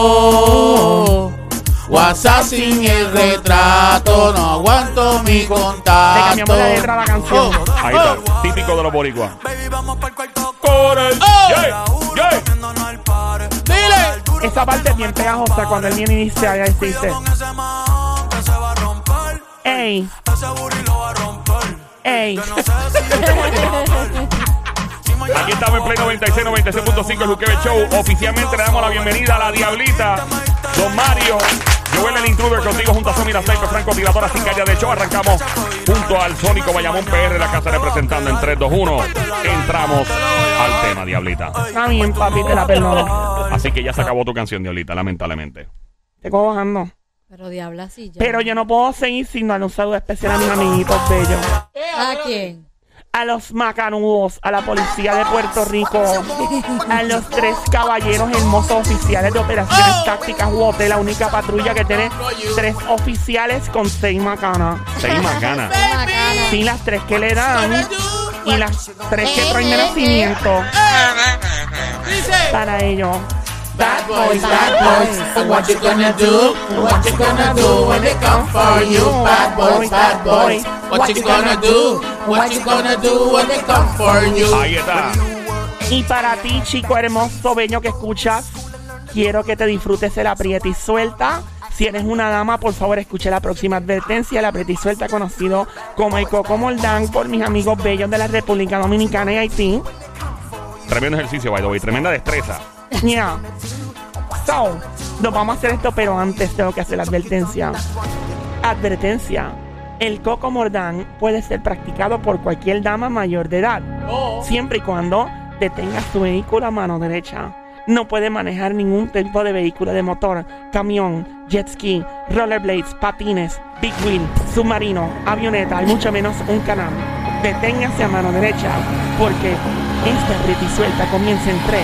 Speaker 1: Rato. WhatsApp sin el retrato, no aguanto mi
Speaker 8: Le
Speaker 1: contacto.
Speaker 8: cambiamos la letra a la canción.
Speaker 4: Ahí está. Típico de los boricuas.
Speaker 9: Oh. Baby, vamos para el cuarto.
Speaker 1: Oh.
Speaker 4: Yeah, yeah.
Speaker 9: Comiéndonos al par.
Speaker 1: Dile.
Speaker 8: Esta parte es bien pegajosa cuando él viene y dice, ahí ahí dice,
Speaker 9: Con ese man que se va a romper.
Speaker 8: ey,
Speaker 9: Ese booty lo va a romper.
Speaker 8: ey.
Speaker 9: No sé si te voy a romper. Si mañana
Speaker 4: Aquí estamos en Play 96, 96.5, el Juqueo Show. Oficialmente le damos la bienvenida a la Diablita, Don Mario. Joel el Intruder contigo junto a Samira Saipe, Franco Tiradora, sin callar de show. Arrancamos junto al Sónico Bayamón PR, la casa representando en 3, 2, 1. Entramos al tema, Diablita.
Speaker 8: Está bien, papi, te la perdono.
Speaker 4: Así que ya se acabó tu canción, Diablita, lamentablemente.
Speaker 8: Te cojo bajando.
Speaker 5: Pero diabla sí ya.
Speaker 8: Pero yo no puedo seguir sin darle un saludo especial a mis amiguitos bellos.
Speaker 5: ¿A quién?
Speaker 8: A los macanudos, a la policía de Puerto Rico, a los tres caballeros hermosos oficiales de operaciones tácticas UOT, la única patrulla que tiene tres oficiales con seis macanas.
Speaker 4: Seis más ganas.
Speaker 5: Macana.
Speaker 8: Sí, las tres que le dan y las tres que traen de nacimiento
Speaker 1: Dice.
Speaker 8: para ellos.
Speaker 1: Bad boys, bad boys, so what you gonna do? What you gonna do when they come for you? Bad boys, bad boys, what you gonna do? What you gonna do when they come for you?
Speaker 4: Ahí está.
Speaker 8: Y para ti, chico hermoso, bello que escuchas, quiero que te disfrutes el aprieta y suelta. Si eres una dama, por favor, escuche la próxima advertencia. El aprieta y suelta, conocido como el Coco Moldán por mis amigos bellos de la República Dominicana y Haití.
Speaker 4: Tremendo ejercicio, by the way. Tremenda destreza.
Speaker 8: Yeah. So, nos vamos a hacer esto, pero antes tengo que hacer la advertencia. Advertencia. El coco mordán puede ser practicado por cualquier dama mayor de edad, siempre y cuando detenga su vehículo a mano derecha. No puede manejar ningún tipo de vehículo de motor, camión, jet ski, rollerblades, patines, big wheel, submarino, avioneta y mucho menos un canal. Deténgase a mano derecha, porque esta reti suelta comienza en 3,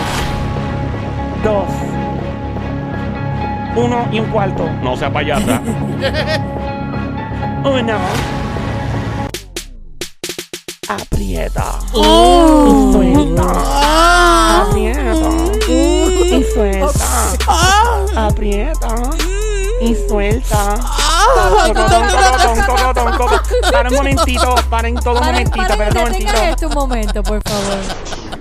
Speaker 8: dos, uno y un cuarto.
Speaker 4: No sea payasa.
Speaker 8: Uno. Aprieta. Y suelta.
Speaker 1: Ah.
Speaker 8: Aprieta. Y suelta. Aprieta. Y suelta. Para un momentito, paren todo
Speaker 5: Paren,
Speaker 8: un momentito,
Speaker 5: paren,
Speaker 8: paren un momentito.
Speaker 5: detengan esto un momento, por favor.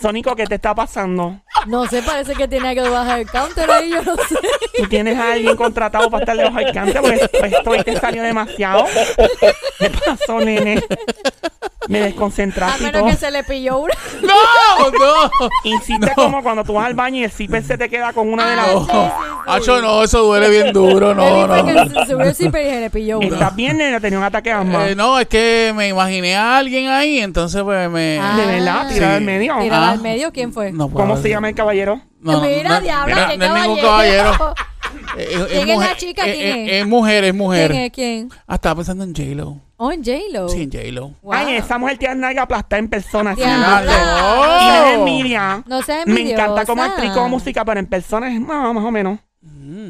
Speaker 8: Sónico, ¿qué te está pasando?
Speaker 5: No sé, parece que tiene que bajar el counter ahí, yo no sé.
Speaker 8: Tú tienes a alguien contratado para estar debajo del cante porque pues, esto hoy te salió demasiado. ¿Qué pasó, nene? Me
Speaker 5: A
Speaker 8: desconcentraste y todo.
Speaker 5: menos que se le pilló una.
Speaker 1: No, no.
Speaker 8: Hiciste como cuando tú vas al baño y el zipper se te queda con una de las dos.
Speaker 1: Acho, no, eso duele bien duro, no,
Speaker 5: Él dice
Speaker 1: no.
Speaker 5: que se subió el zipper y se le pilló una.
Speaker 8: ¿Estás bien, nene? Tenía un ataque de asma.
Speaker 1: Eh, no, es que me imaginé a alguien ahí, entonces pues me...
Speaker 5: Ah.
Speaker 8: ¿De verdad?
Speaker 5: Sí.
Speaker 8: ¿Tirada al medio?
Speaker 5: Mira,
Speaker 1: Ah.
Speaker 5: al medio, ¿quién fue?
Speaker 1: No puedo
Speaker 8: ¿Cómo se
Speaker 1: decir.
Speaker 8: llama el caballero?
Speaker 1: No, no,
Speaker 5: Mira,
Speaker 1: no, mira,
Speaker 5: diabla, qué
Speaker 1: no es ningún
Speaker 5: caballero.
Speaker 1: Eh,
Speaker 5: ¿Quién es
Speaker 1: mujer,
Speaker 5: la chica?
Speaker 1: eh,
Speaker 5: ¿Quién
Speaker 1: eh,
Speaker 5: es?
Speaker 1: es mujer, es mujer.
Speaker 5: ¿Quién es quién?
Speaker 1: Ah, estaba pensando en J-Lo.
Speaker 5: Oh, en J-Lo.
Speaker 1: Sí, en J-Lo. Ah,
Speaker 5: Wow.
Speaker 8: Ay, esa mujer tiene nalga aplastada en persona. sí.
Speaker 5: Diabla.
Speaker 8: Y me da
Speaker 1: ¡Diablo!
Speaker 8: envidia.
Speaker 5: No seas
Speaker 8: Me encanta
Speaker 5: envidiosa.
Speaker 8: como actriz, como música, pero en persona es más, más o menos.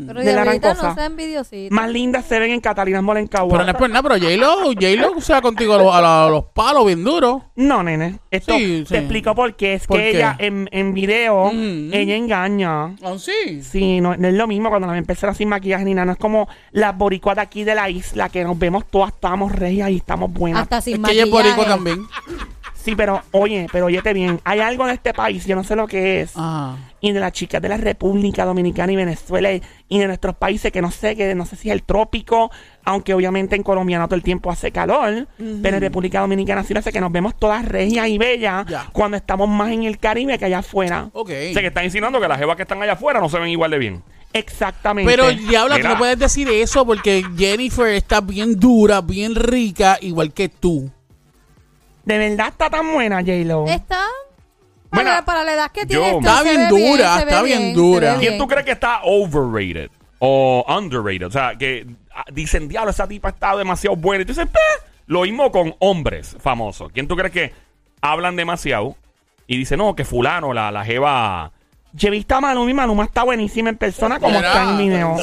Speaker 5: Pero
Speaker 8: de la
Speaker 5: diablita
Speaker 8: rancosa.
Speaker 5: no sea envidiosita.
Speaker 8: Más lindas se ven en Catalina Molencagua.
Speaker 1: Pero no es por nada, pero J-Lo, J-Lo se va contigo a los, a la- a los palos bien duro.
Speaker 8: No, nene. Esto
Speaker 1: Sí,
Speaker 8: te
Speaker 1: sí.
Speaker 8: explico por qué. Es
Speaker 1: ¿Por
Speaker 8: que
Speaker 1: qué?
Speaker 8: ella en, en video,
Speaker 1: Mm, mm.
Speaker 8: ella engaña.
Speaker 1: ¿Ah, sí?
Speaker 8: Sí, no, no es lo mismo cuando la empezaron sin maquillaje ni nada. No es como las boricuas de aquí de la isla, que nos vemos todas, estamos regias y estamos buenas.
Speaker 5: Hasta sin
Speaker 1: es que ella es
Speaker 5: maquillaje.
Speaker 1: boricua también.
Speaker 8: Sí, pero oye, pero óyete bien. Hay algo en este país, yo no sé lo que es.
Speaker 1: Ah.
Speaker 8: Y de las chicas de la República Dominicana y Venezuela y y de nuestros países que no sé, que no sé si es el trópico, aunque obviamente en Colombia no todo el tiempo hace calor, pero en República Dominicana sí lo hace que nos vemos todas regias y bellas
Speaker 1: Ya.
Speaker 8: cuando estamos más en el Caribe que allá afuera.
Speaker 1: Ok.
Speaker 4: O sea, que está insinuando que las jevas que están allá afuera no se ven igual de bien.
Speaker 8: Exactamente.
Speaker 1: Pero diabla, tú
Speaker 4: Mira.
Speaker 1: no puedes decir eso porque Jennifer está bien dura, bien rica, igual que tú.
Speaker 8: de verdad está tan buena, J-Lo.
Speaker 5: Está.
Speaker 4: Bueno,
Speaker 5: Para, para la edad que tiene.
Speaker 4: yo-
Speaker 5: esto,
Speaker 1: Está
Speaker 5: se
Speaker 1: bien
Speaker 5: ve
Speaker 1: dura,
Speaker 5: se ve
Speaker 1: está bien
Speaker 5: se ve
Speaker 1: dura.
Speaker 5: bien.
Speaker 4: ¿Quién tú crees que está overrated o underrated? O sea, que ah, dicen, diablo, esa tipa está demasiado buena. Y tú dices, "Peh". lo mismo con hombres famosos. ¿Quién tú crees que hablan demasiado y dicen, no, que fulano, la, la jeva...
Speaker 8: Llevista a Maluma y Maluma está buenísima en persona como
Speaker 1: Mira.
Speaker 8: está en video.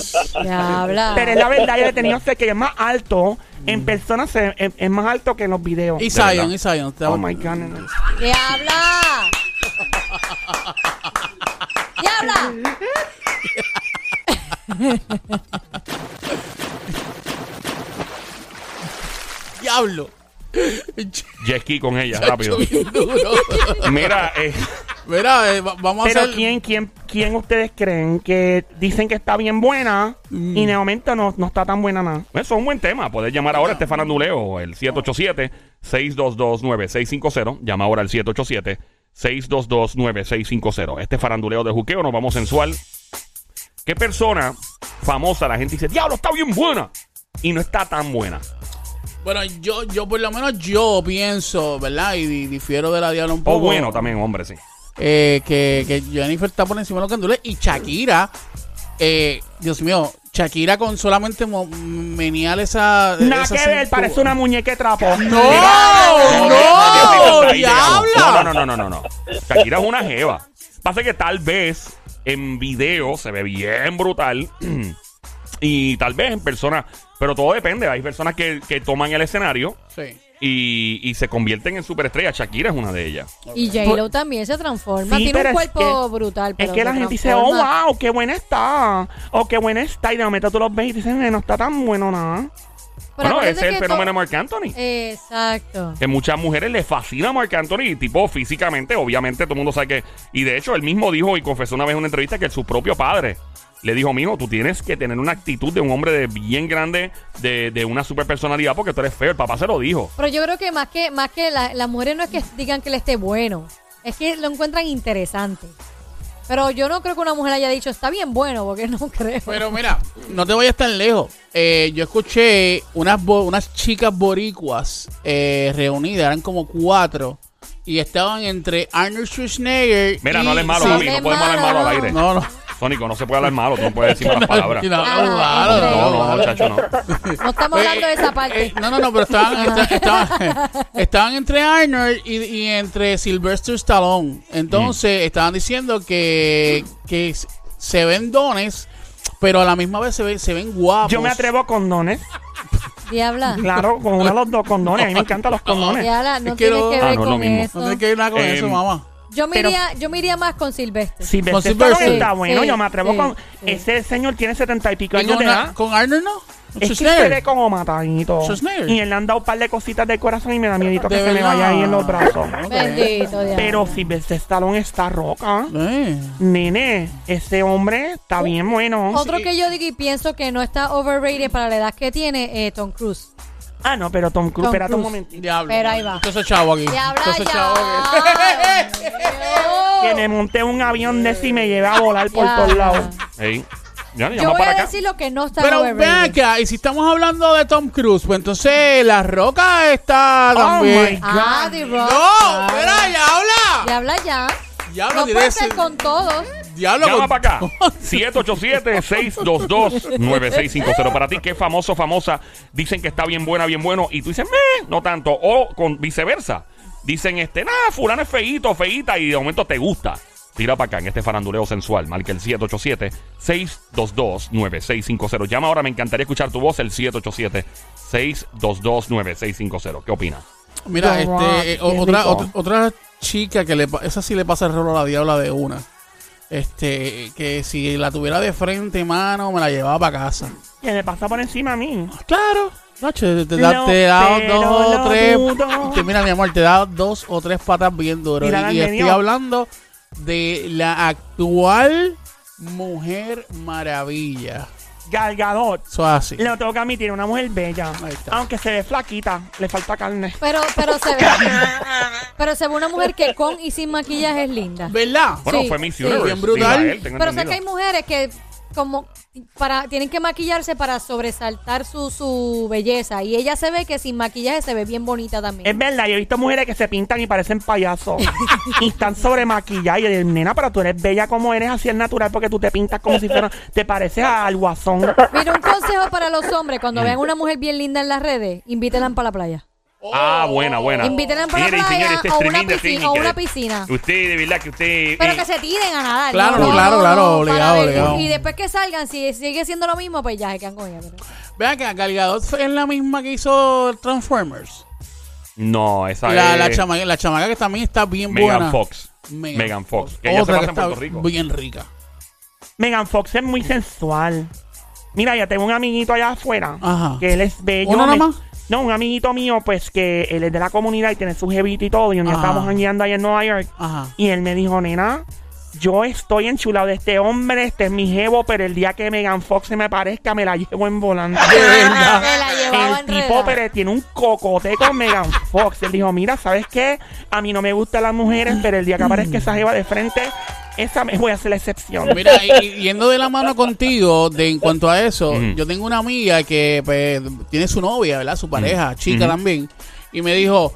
Speaker 5: Diabla.
Speaker 8: Pero es la verdad, yo le he tenido fe que es más alto en persona, se- es, es más alto que en los videos.
Speaker 1: Y
Speaker 4: verdad.
Speaker 1: Zion, y Zion. está-
Speaker 8: Oh my God. no, no.
Speaker 5: Diabla. Diabla.
Speaker 1: Diablo.
Speaker 4: Jet ski con ella, rápido.
Speaker 1: Bien duro.
Speaker 4: Mira, eh,
Speaker 1: Mira, eh, va- vamos a
Speaker 8: Pero
Speaker 1: hacer...
Speaker 8: ¿quién, quién, ¿quién ustedes creen que dicen que está bien buena
Speaker 1: Mm.
Speaker 8: y de momento no, no está tan buena nada?
Speaker 4: eso es un Pues buen tema. Podés llamar ahora a este faranduleo, el 787-622-9650. Llama ahora al 787-622-9650. Este faranduleo de juqueo nos vamos sensual. ¿Qué persona famosa la gente dice, diablo, está bien buena? Y no está tan buena.
Speaker 1: Bueno, yo, yo por lo menos yo pienso, ¿verdad? Y di- difiero de la diabla un
Speaker 4: O
Speaker 1: poco.
Speaker 4: bueno también, hombre, sí.
Speaker 1: eh, que, que Jennifer está por encima de los candules y Shakira, eh, Dios mío, Shakira con solamente mo- menial esa.
Speaker 8: Nada
Speaker 1: esa
Speaker 8: que ver,
Speaker 1: cintu-
Speaker 8: parece una muñeca de trapo.
Speaker 1: ¡No!
Speaker 4: Hasta
Speaker 1: ¡No!
Speaker 4: ahí llegamos.
Speaker 1: ¡Diabla!
Speaker 4: No, no, no, no, no, no. Shakira es una jeva. Pasa que tal vez en video se ve bien brutal y tal vez en persona, pero todo depende. Hay personas que, que toman el escenario
Speaker 1: Sí.
Speaker 4: y, y se convierten en superestrellas. Shakira es una de ellas.
Speaker 5: Y J-Lo también se transforma.
Speaker 8: Sí,
Speaker 5: Tiene
Speaker 8: pero
Speaker 5: un
Speaker 8: es
Speaker 5: cuerpo
Speaker 8: que-
Speaker 5: brutal.
Speaker 8: Es
Speaker 5: pero
Speaker 8: que
Speaker 5: se
Speaker 8: la gente dice, oh,
Speaker 5: transforma.
Speaker 8: wow, qué buena está.
Speaker 4: ¡Oh,
Speaker 8: O qué buena está. Y de momento tú los ves y dicen, "Eh, no está tan bueno nada.
Speaker 5: Pero
Speaker 4: bueno,
Speaker 5: acuérdate
Speaker 4: ese es el
Speaker 5: que
Speaker 4: fenómeno de
Speaker 5: to-
Speaker 4: Marc Anthony.
Speaker 5: Exacto.
Speaker 4: Que muchas mujeres les fascina a Marc Anthony, y tipo físicamente, obviamente todo el mundo sabe que. Y de hecho, él mismo dijo y confesó una vez en una entrevista que su propio padre le dijo: Mijo, tú tienes que tener una actitud de un hombre de bien grande, de, de una super personalidad, porque tú eres feo. El papá se lo dijo.
Speaker 5: Pero yo creo que más que más que la- las mujeres no es que digan que le esté bueno, es que lo encuentran interesante. Pero yo no creo que una mujer haya dicho está bien bueno, porque no creo.
Speaker 1: Pero mira, no te vayas tan lejos. Eh, yo escuché unas, bo- unas chicas boricuas eh, reunidas, eran como cuatro, y estaban entre Arnold Schwarzenegger.
Speaker 4: Mira,
Speaker 1: y-
Speaker 4: no hables malo,
Speaker 1: Sí.
Speaker 4: Javi, no podemos hablar malo al aire.
Speaker 1: No, no.
Speaker 4: Sónico, no se puede hablar malo, tú no puedes decir malas palabras.
Speaker 1: Y
Speaker 4: No,
Speaker 1: no,
Speaker 5: Ah,
Speaker 1: claro,
Speaker 5: hombre.
Speaker 1: no,
Speaker 4: no, no,
Speaker 1: claro.
Speaker 4: chacho, no.
Speaker 5: No estamos hablando de esa
Speaker 1: Eh,
Speaker 5: parte.
Speaker 1: no, no, no, pero estaban, esta- estaban, estaban entre Arnold y, y entre Sylvester Stallone.
Speaker 4: Mm.
Speaker 1: Entonces estaban diciendo que, que s- se ven dones, pero a la misma vez se, ven- se ven guapos.
Speaker 8: Yo me atrevo a condones.
Speaker 5: Diabla.
Speaker 8: Claro, con uno de los dos condones. A mí me encantan los condones.
Speaker 5: Diabla, no
Speaker 1: Es que
Speaker 5: tiene
Speaker 1: no-
Speaker 5: que
Speaker 4: Ah,
Speaker 5: ver
Speaker 4: no es lo
Speaker 5: con
Speaker 4: mismo.
Speaker 5: eso.
Speaker 1: No sé qué hay nada con
Speaker 4: Eh,
Speaker 1: eso, mamá.
Speaker 5: Yo me
Speaker 8: Pero-
Speaker 5: iría yo me iría más con Silvestre.
Speaker 8: Si
Speaker 1: Con
Speaker 8: Sylvester
Speaker 1: Sylvester.
Speaker 8: Stallone está
Speaker 5: Sí,
Speaker 8: bueno,
Speaker 5: sí,
Speaker 8: yo me atrevo
Speaker 5: sí,
Speaker 8: con...
Speaker 5: sí.
Speaker 8: Ese señor tiene setenta y pico
Speaker 1: ¿Y
Speaker 8: años
Speaker 1: con,
Speaker 8: de edad.
Speaker 1: con Arnold no?
Speaker 8: Es que se
Speaker 1: Schwarzenegger.
Speaker 8: ve como matadito.
Speaker 1: Schwarzenegger.
Speaker 8: Y él le han dado un par de cositas del corazón y me da miedito que
Speaker 1: De
Speaker 8: se me
Speaker 1: verdad.
Speaker 8: vaya ahí en los brazos.
Speaker 1: Ok.
Speaker 5: Bendito Diabla.
Speaker 8: Pero si Stallone está roca,
Speaker 1: Eh.
Speaker 8: nene, ese hombre está bien bueno.
Speaker 5: otro que yo digo y pienso que no está overrated para la edad que tiene eh, Tom Cruise.
Speaker 8: Ah, no, pero Tom Cruise,
Speaker 5: Tom
Speaker 8: espérate un
Speaker 5: Cruise.
Speaker 8: momentito.
Speaker 1: Diablo.
Speaker 5: Pero ahí va.
Speaker 1: Entonces chavo aquí.
Speaker 5: Diabla
Speaker 1: Entonces chavo
Speaker 5: ya.
Speaker 1: aquí.
Speaker 8: Que me monté un avión de ese y me llevé a volar por
Speaker 5: Ya.
Speaker 8: todos lados.
Speaker 4: Ey, ya, llama
Speaker 5: Yo voy
Speaker 4: para
Speaker 5: a
Speaker 4: acá.
Speaker 5: decir lo que no está
Speaker 1: Pero ven
Speaker 5: overrated.
Speaker 1: acá, y si estamos hablando de Tom Cruise, pues entonces La Roca está
Speaker 8: Oh my Ah.
Speaker 1: también.
Speaker 5: Ah, The Rock.
Speaker 1: ¡No!
Speaker 5: claro.
Speaker 1: ¡Espera, ya habla!
Speaker 5: Diabla ya.
Speaker 1: Diablo,
Speaker 5: no
Speaker 1: tiene
Speaker 5: puede
Speaker 1: ese-
Speaker 5: ser con todos.
Speaker 1: ¡Diablo!
Speaker 4: Llama
Speaker 1: con-
Speaker 4: para acá. 787-622-9650. Para ti, qué famoso, famosa. Dicen que está bien buena, bien bueno. Y tú dices, meh, no tanto. O con viceversa. Dicen, este, nada, fulano es feíto, feíta. Y de momento te gusta. Tira para acá en este faranduleo sensual. Marca el 787-622-9650. Llama ahora, me encantaría escuchar tu voz. El 787-622-9650. ¿Qué opinas?
Speaker 1: Mira,
Speaker 8: The Rock,
Speaker 1: este, eh, o-
Speaker 8: qué
Speaker 1: otra,
Speaker 8: rico.
Speaker 1: otra, otra chica que le pa- esa sí le pasa el rolo a la diabla de una. Este, que si la tuviera de frente, mano, me la llevaba para casa.
Speaker 8: Que me pasa por encima a mí.
Speaker 1: Claro. No, che, te, da-
Speaker 8: Lo-
Speaker 1: te da
Speaker 8: pero
Speaker 1: dos o
Speaker 8: lo
Speaker 1: tres.
Speaker 8: dudo.
Speaker 1: Te- mira, mi amor, te da dos o tres patas bien duras.
Speaker 8: Mira,
Speaker 1: Y, y
Speaker 8: Daniel,
Speaker 1: estoy
Speaker 8: mío.
Speaker 1: hablando de la actual Mujer Maravilla.
Speaker 8: Galgadot.
Speaker 1: Eso es así.
Speaker 8: Lo tengo que admitir, una mujer bella.
Speaker 1: Ahí está.
Speaker 8: Aunque se ve flaquita, le falta carne.
Speaker 5: Pero, pero se ve. pero se ve una mujer que con y sin maquillaje es linda.
Speaker 1: ¿Verdad?
Speaker 4: Bueno,
Speaker 5: Sí,
Speaker 4: fue Miss
Speaker 5: sí.
Speaker 4: Universe
Speaker 1: Bien
Speaker 4: de
Speaker 1: brutal.
Speaker 4: Israel, tengo
Speaker 5: Pero sé que hay
Speaker 4: entendido.
Speaker 5: mujeres que como para tienen que maquillarse para sobresaltar su, su belleza y ella se ve que sin maquillaje se ve bien bonita
Speaker 8: Es
Speaker 1: Eh.
Speaker 5: también.
Speaker 8: verdad, yo he visto mujeres que se pintan y parecen payasos. y están sobre maquilladas. Y yo digo, nena, pero tú eres bella como eres, así es natural, porque tú te pintas como si fuera. Te pareces al guasón.
Speaker 5: Mira, un consejo para los hombres,
Speaker 1: Mm.
Speaker 5: cuando vean una mujer bien linda en las redes, invítenla para la playa.
Speaker 4: Ah, buena, buena.
Speaker 5: Invítenla para Oh. la
Speaker 4: Mire,
Speaker 5: playa
Speaker 4: señores, este esta es
Speaker 5: o una
Speaker 4: tremenda
Speaker 5: piscina-
Speaker 4: técnica.
Speaker 5: o una piscina.
Speaker 4: Usted, de verdad que usted...
Speaker 5: Pero
Speaker 4: eh,
Speaker 5: que se tiren a nadar.
Speaker 1: Claro, claro, claro,
Speaker 5: para
Speaker 1: obligado,
Speaker 5: ver.
Speaker 1: obligado.
Speaker 5: Y después que salgan, si sigue siendo lo mismo, pues ya se quedan con ella. pero-
Speaker 1: Vean que Galgadot es la misma que hizo Transformers.
Speaker 4: No, esa
Speaker 1: La,
Speaker 4: es...
Speaker 1: la, chamaca, la chamaca que también está bien
Speaker 4: Megan
Speaker 1: buena.
Speaker 4: Fox.
Speaker 1: Megan,
Speaker 4: Megan Fox. Que ella se
Speaker 1: Otra
Speaker 4: pasa
Speaker 1: que
Speaker 4: en Puerto
Speaker 1: está
Speaker 4: Rico.
Speaker 1: bien rica.
Speaker 8: Megan Fox es muy sensual. Mira, yo tengo un amiguito allá afuera
Speaker 1: Ajá.
Speaker 8: que él es bello.
Speaker 1: ¿Uno
Speaker 8: Me-
Speaker 1: nomás?
Speaker 8: No, un amiguito mío, pues que él es de la comunidad y tiene su jevito y todo. Y un día
Speaker 1: Ajá.
Speaker 8: estábamos jangueando ahí en Nueva York.
Speaker 1: Ajá.
Speaker 8: Y él me dijo, nena, yo estoy enchulado de este hombre, este es mi jevo, pero el día que Megan Fox se me parezca, me la llevo en volante.
Speaker 5: Se Ah, la llevaba
Speaker 8: El tipo
Speaker 5: enredada.
Speaker 8: pero tiene un cocote con Megan Fox. Él dijo, mira, ¿sabes qué? A mí no me gustan las mujeres, pero el día que aparezca esa jeva de frente, esa me voy a hacer la excepción.
Speaker 1: Mira, y- y yendo de la mano contigo, de en cuanto a eso, yo tengo una amiga que pues, tiene su novia, ¿verdad? Su pareja, chica también. Y me dijo,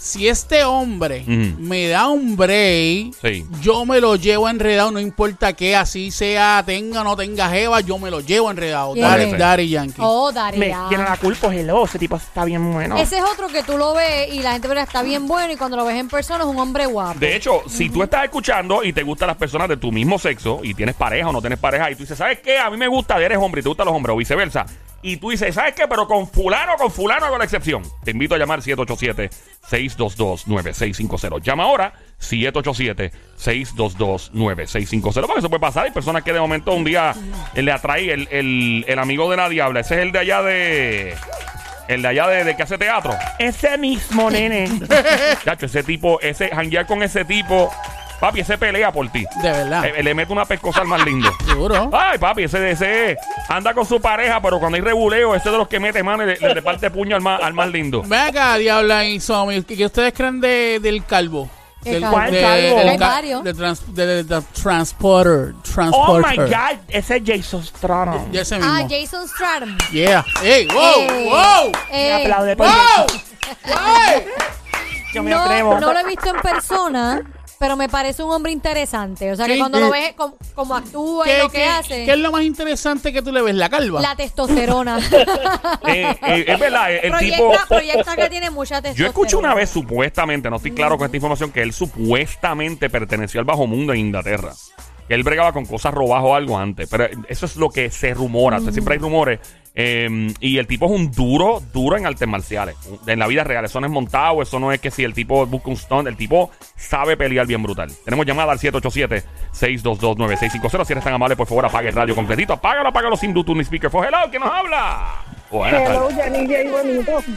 Speaker 1: si este hombre
Speaker 4: Ujú.
Speaker 1: me da un break,
Speaker 4: Sí.
Speaker 1: yo me lo llevo enredado, no importa que así sea, tenga o no tenga jeva, yo me lo llevo enredado.
Speaker 5: ¿Quién
Speaker 1: Daddy,
Speaker 4: es?
Speaker 1: Daddy Yankee.
Speaker 5: Oh, Daria.
Speaker 8: Me tiene la culpa, hello, ese tipo está bien bueno.
Speaker 5: Ese es otro que tú lo ves y la gente pero está bien bueno y cuando lo ves en persona es un hombre guapo.
Speaker 4: De hecho, si tú estás escuchando y te gustan las personas de tu mismo sexo y tienes pareja o no tienes pareja y tú dices, ¿sabes qué? A mí me gusta, eres hombre y te gustan los hombres o viceversa. Y tú dices, ¿sabes qué? Pero con fulano, con fulano hago la excepción. Te invito a llamar 787-622-9650. Llama ahora 787-622-9650. Porque eso puede pasar. Hay personas que de momento un día eh, le atrae el, el- el amigo de la diabla. Ese es el de allá de... El de allá de, de que hace teatro.
Speaker 8: Ese mismo nene.
Speaker 4: Chacho, ese tipo, ese janguear con ese tipo, papi, ese pelea por ti.
Speaker 1: De verdad.
Speaker 4: Eh, le mete una pescosa al más lindo.
Speaker 1: Seguro.
Speaker 4: Ay, papi, ese, ese anda con su pareja, pero cuando hay reguleo, ese de los que mete mano y le, le reparte puño al más, al más lindo.
Speaker 1: Ven acá, Diabla y Somi, ¿qué qué ustedes creen de, del calvo?
Speaker 5: ¿Qué
Speaker 1: Del,
Speaker 5: calvo?
Speaker 8: ¿Cuál calvo?
Speaker 1: del
Speaker 5: Hay
Speaker 1: ca-
Speaker 5: varios.
Speaker 1: del trans- del- del transporter.
Speaker 8: Oh my
Speaker 1: transporter.
Speaker 8: god, ese es Jason Stratum.
Speaker 1: Ya ese mismo.
Speaker 5: Ah, Jason Stratum.
Speaker 1: Yeah. Ey, wow,
Speaker 5: Eh,
Speaker 1: wow.
Speaker 5: eh,
Speaker 8: Me aplaude por
Speaker 1: Wow.
Speaker 8: Jason.
Speaker 5: pues,
Speaker 1: Ey.
Speaker 8: Yo me atrevo.
Speaker 5: no, no lo he visto en persona, pero me parece un hombre interesante. O sea, que
Speaker 1: Sí,
Speaker 5: cuando
Speaker 1: eh.
Speaker 5: lo ves, como, como actúa y lo que hace.
Speaker 1: qué es lo más interesante que tú le ves? La calva.
Speaker 5: la testosterona.
Speaker 4: Eh, eh, es verdad, el, el
Speaker 5: proyecta,
Speaker 4: tipo.
Speaker 5: proyecta que tiene mucha testosterona.
Speaker 4: Yo escuché una vez, supuestamente, no estoy claro con esta información, que él supuestamente perteneció al bajo mundo en Inglaterra. Que él bregaba con cosas robadas o algo antes. Pero eso es lo que se rumora. o sea, siempre hay rumores. Eh, y el tipo es un duro, duro en artes marciales. En la vida real. Eso no es montado. Eso no es que si el tipo busca un stunt. El tipo sabe pelear bien brutal. Tenemos llamada al 787-622-9650. Si eres tan amable, por favor, apague el radio completito. Apágalo, apágalo sin Bluetooth ni speakerphone. Hello, ¿quién nos habla? Buenas tardes.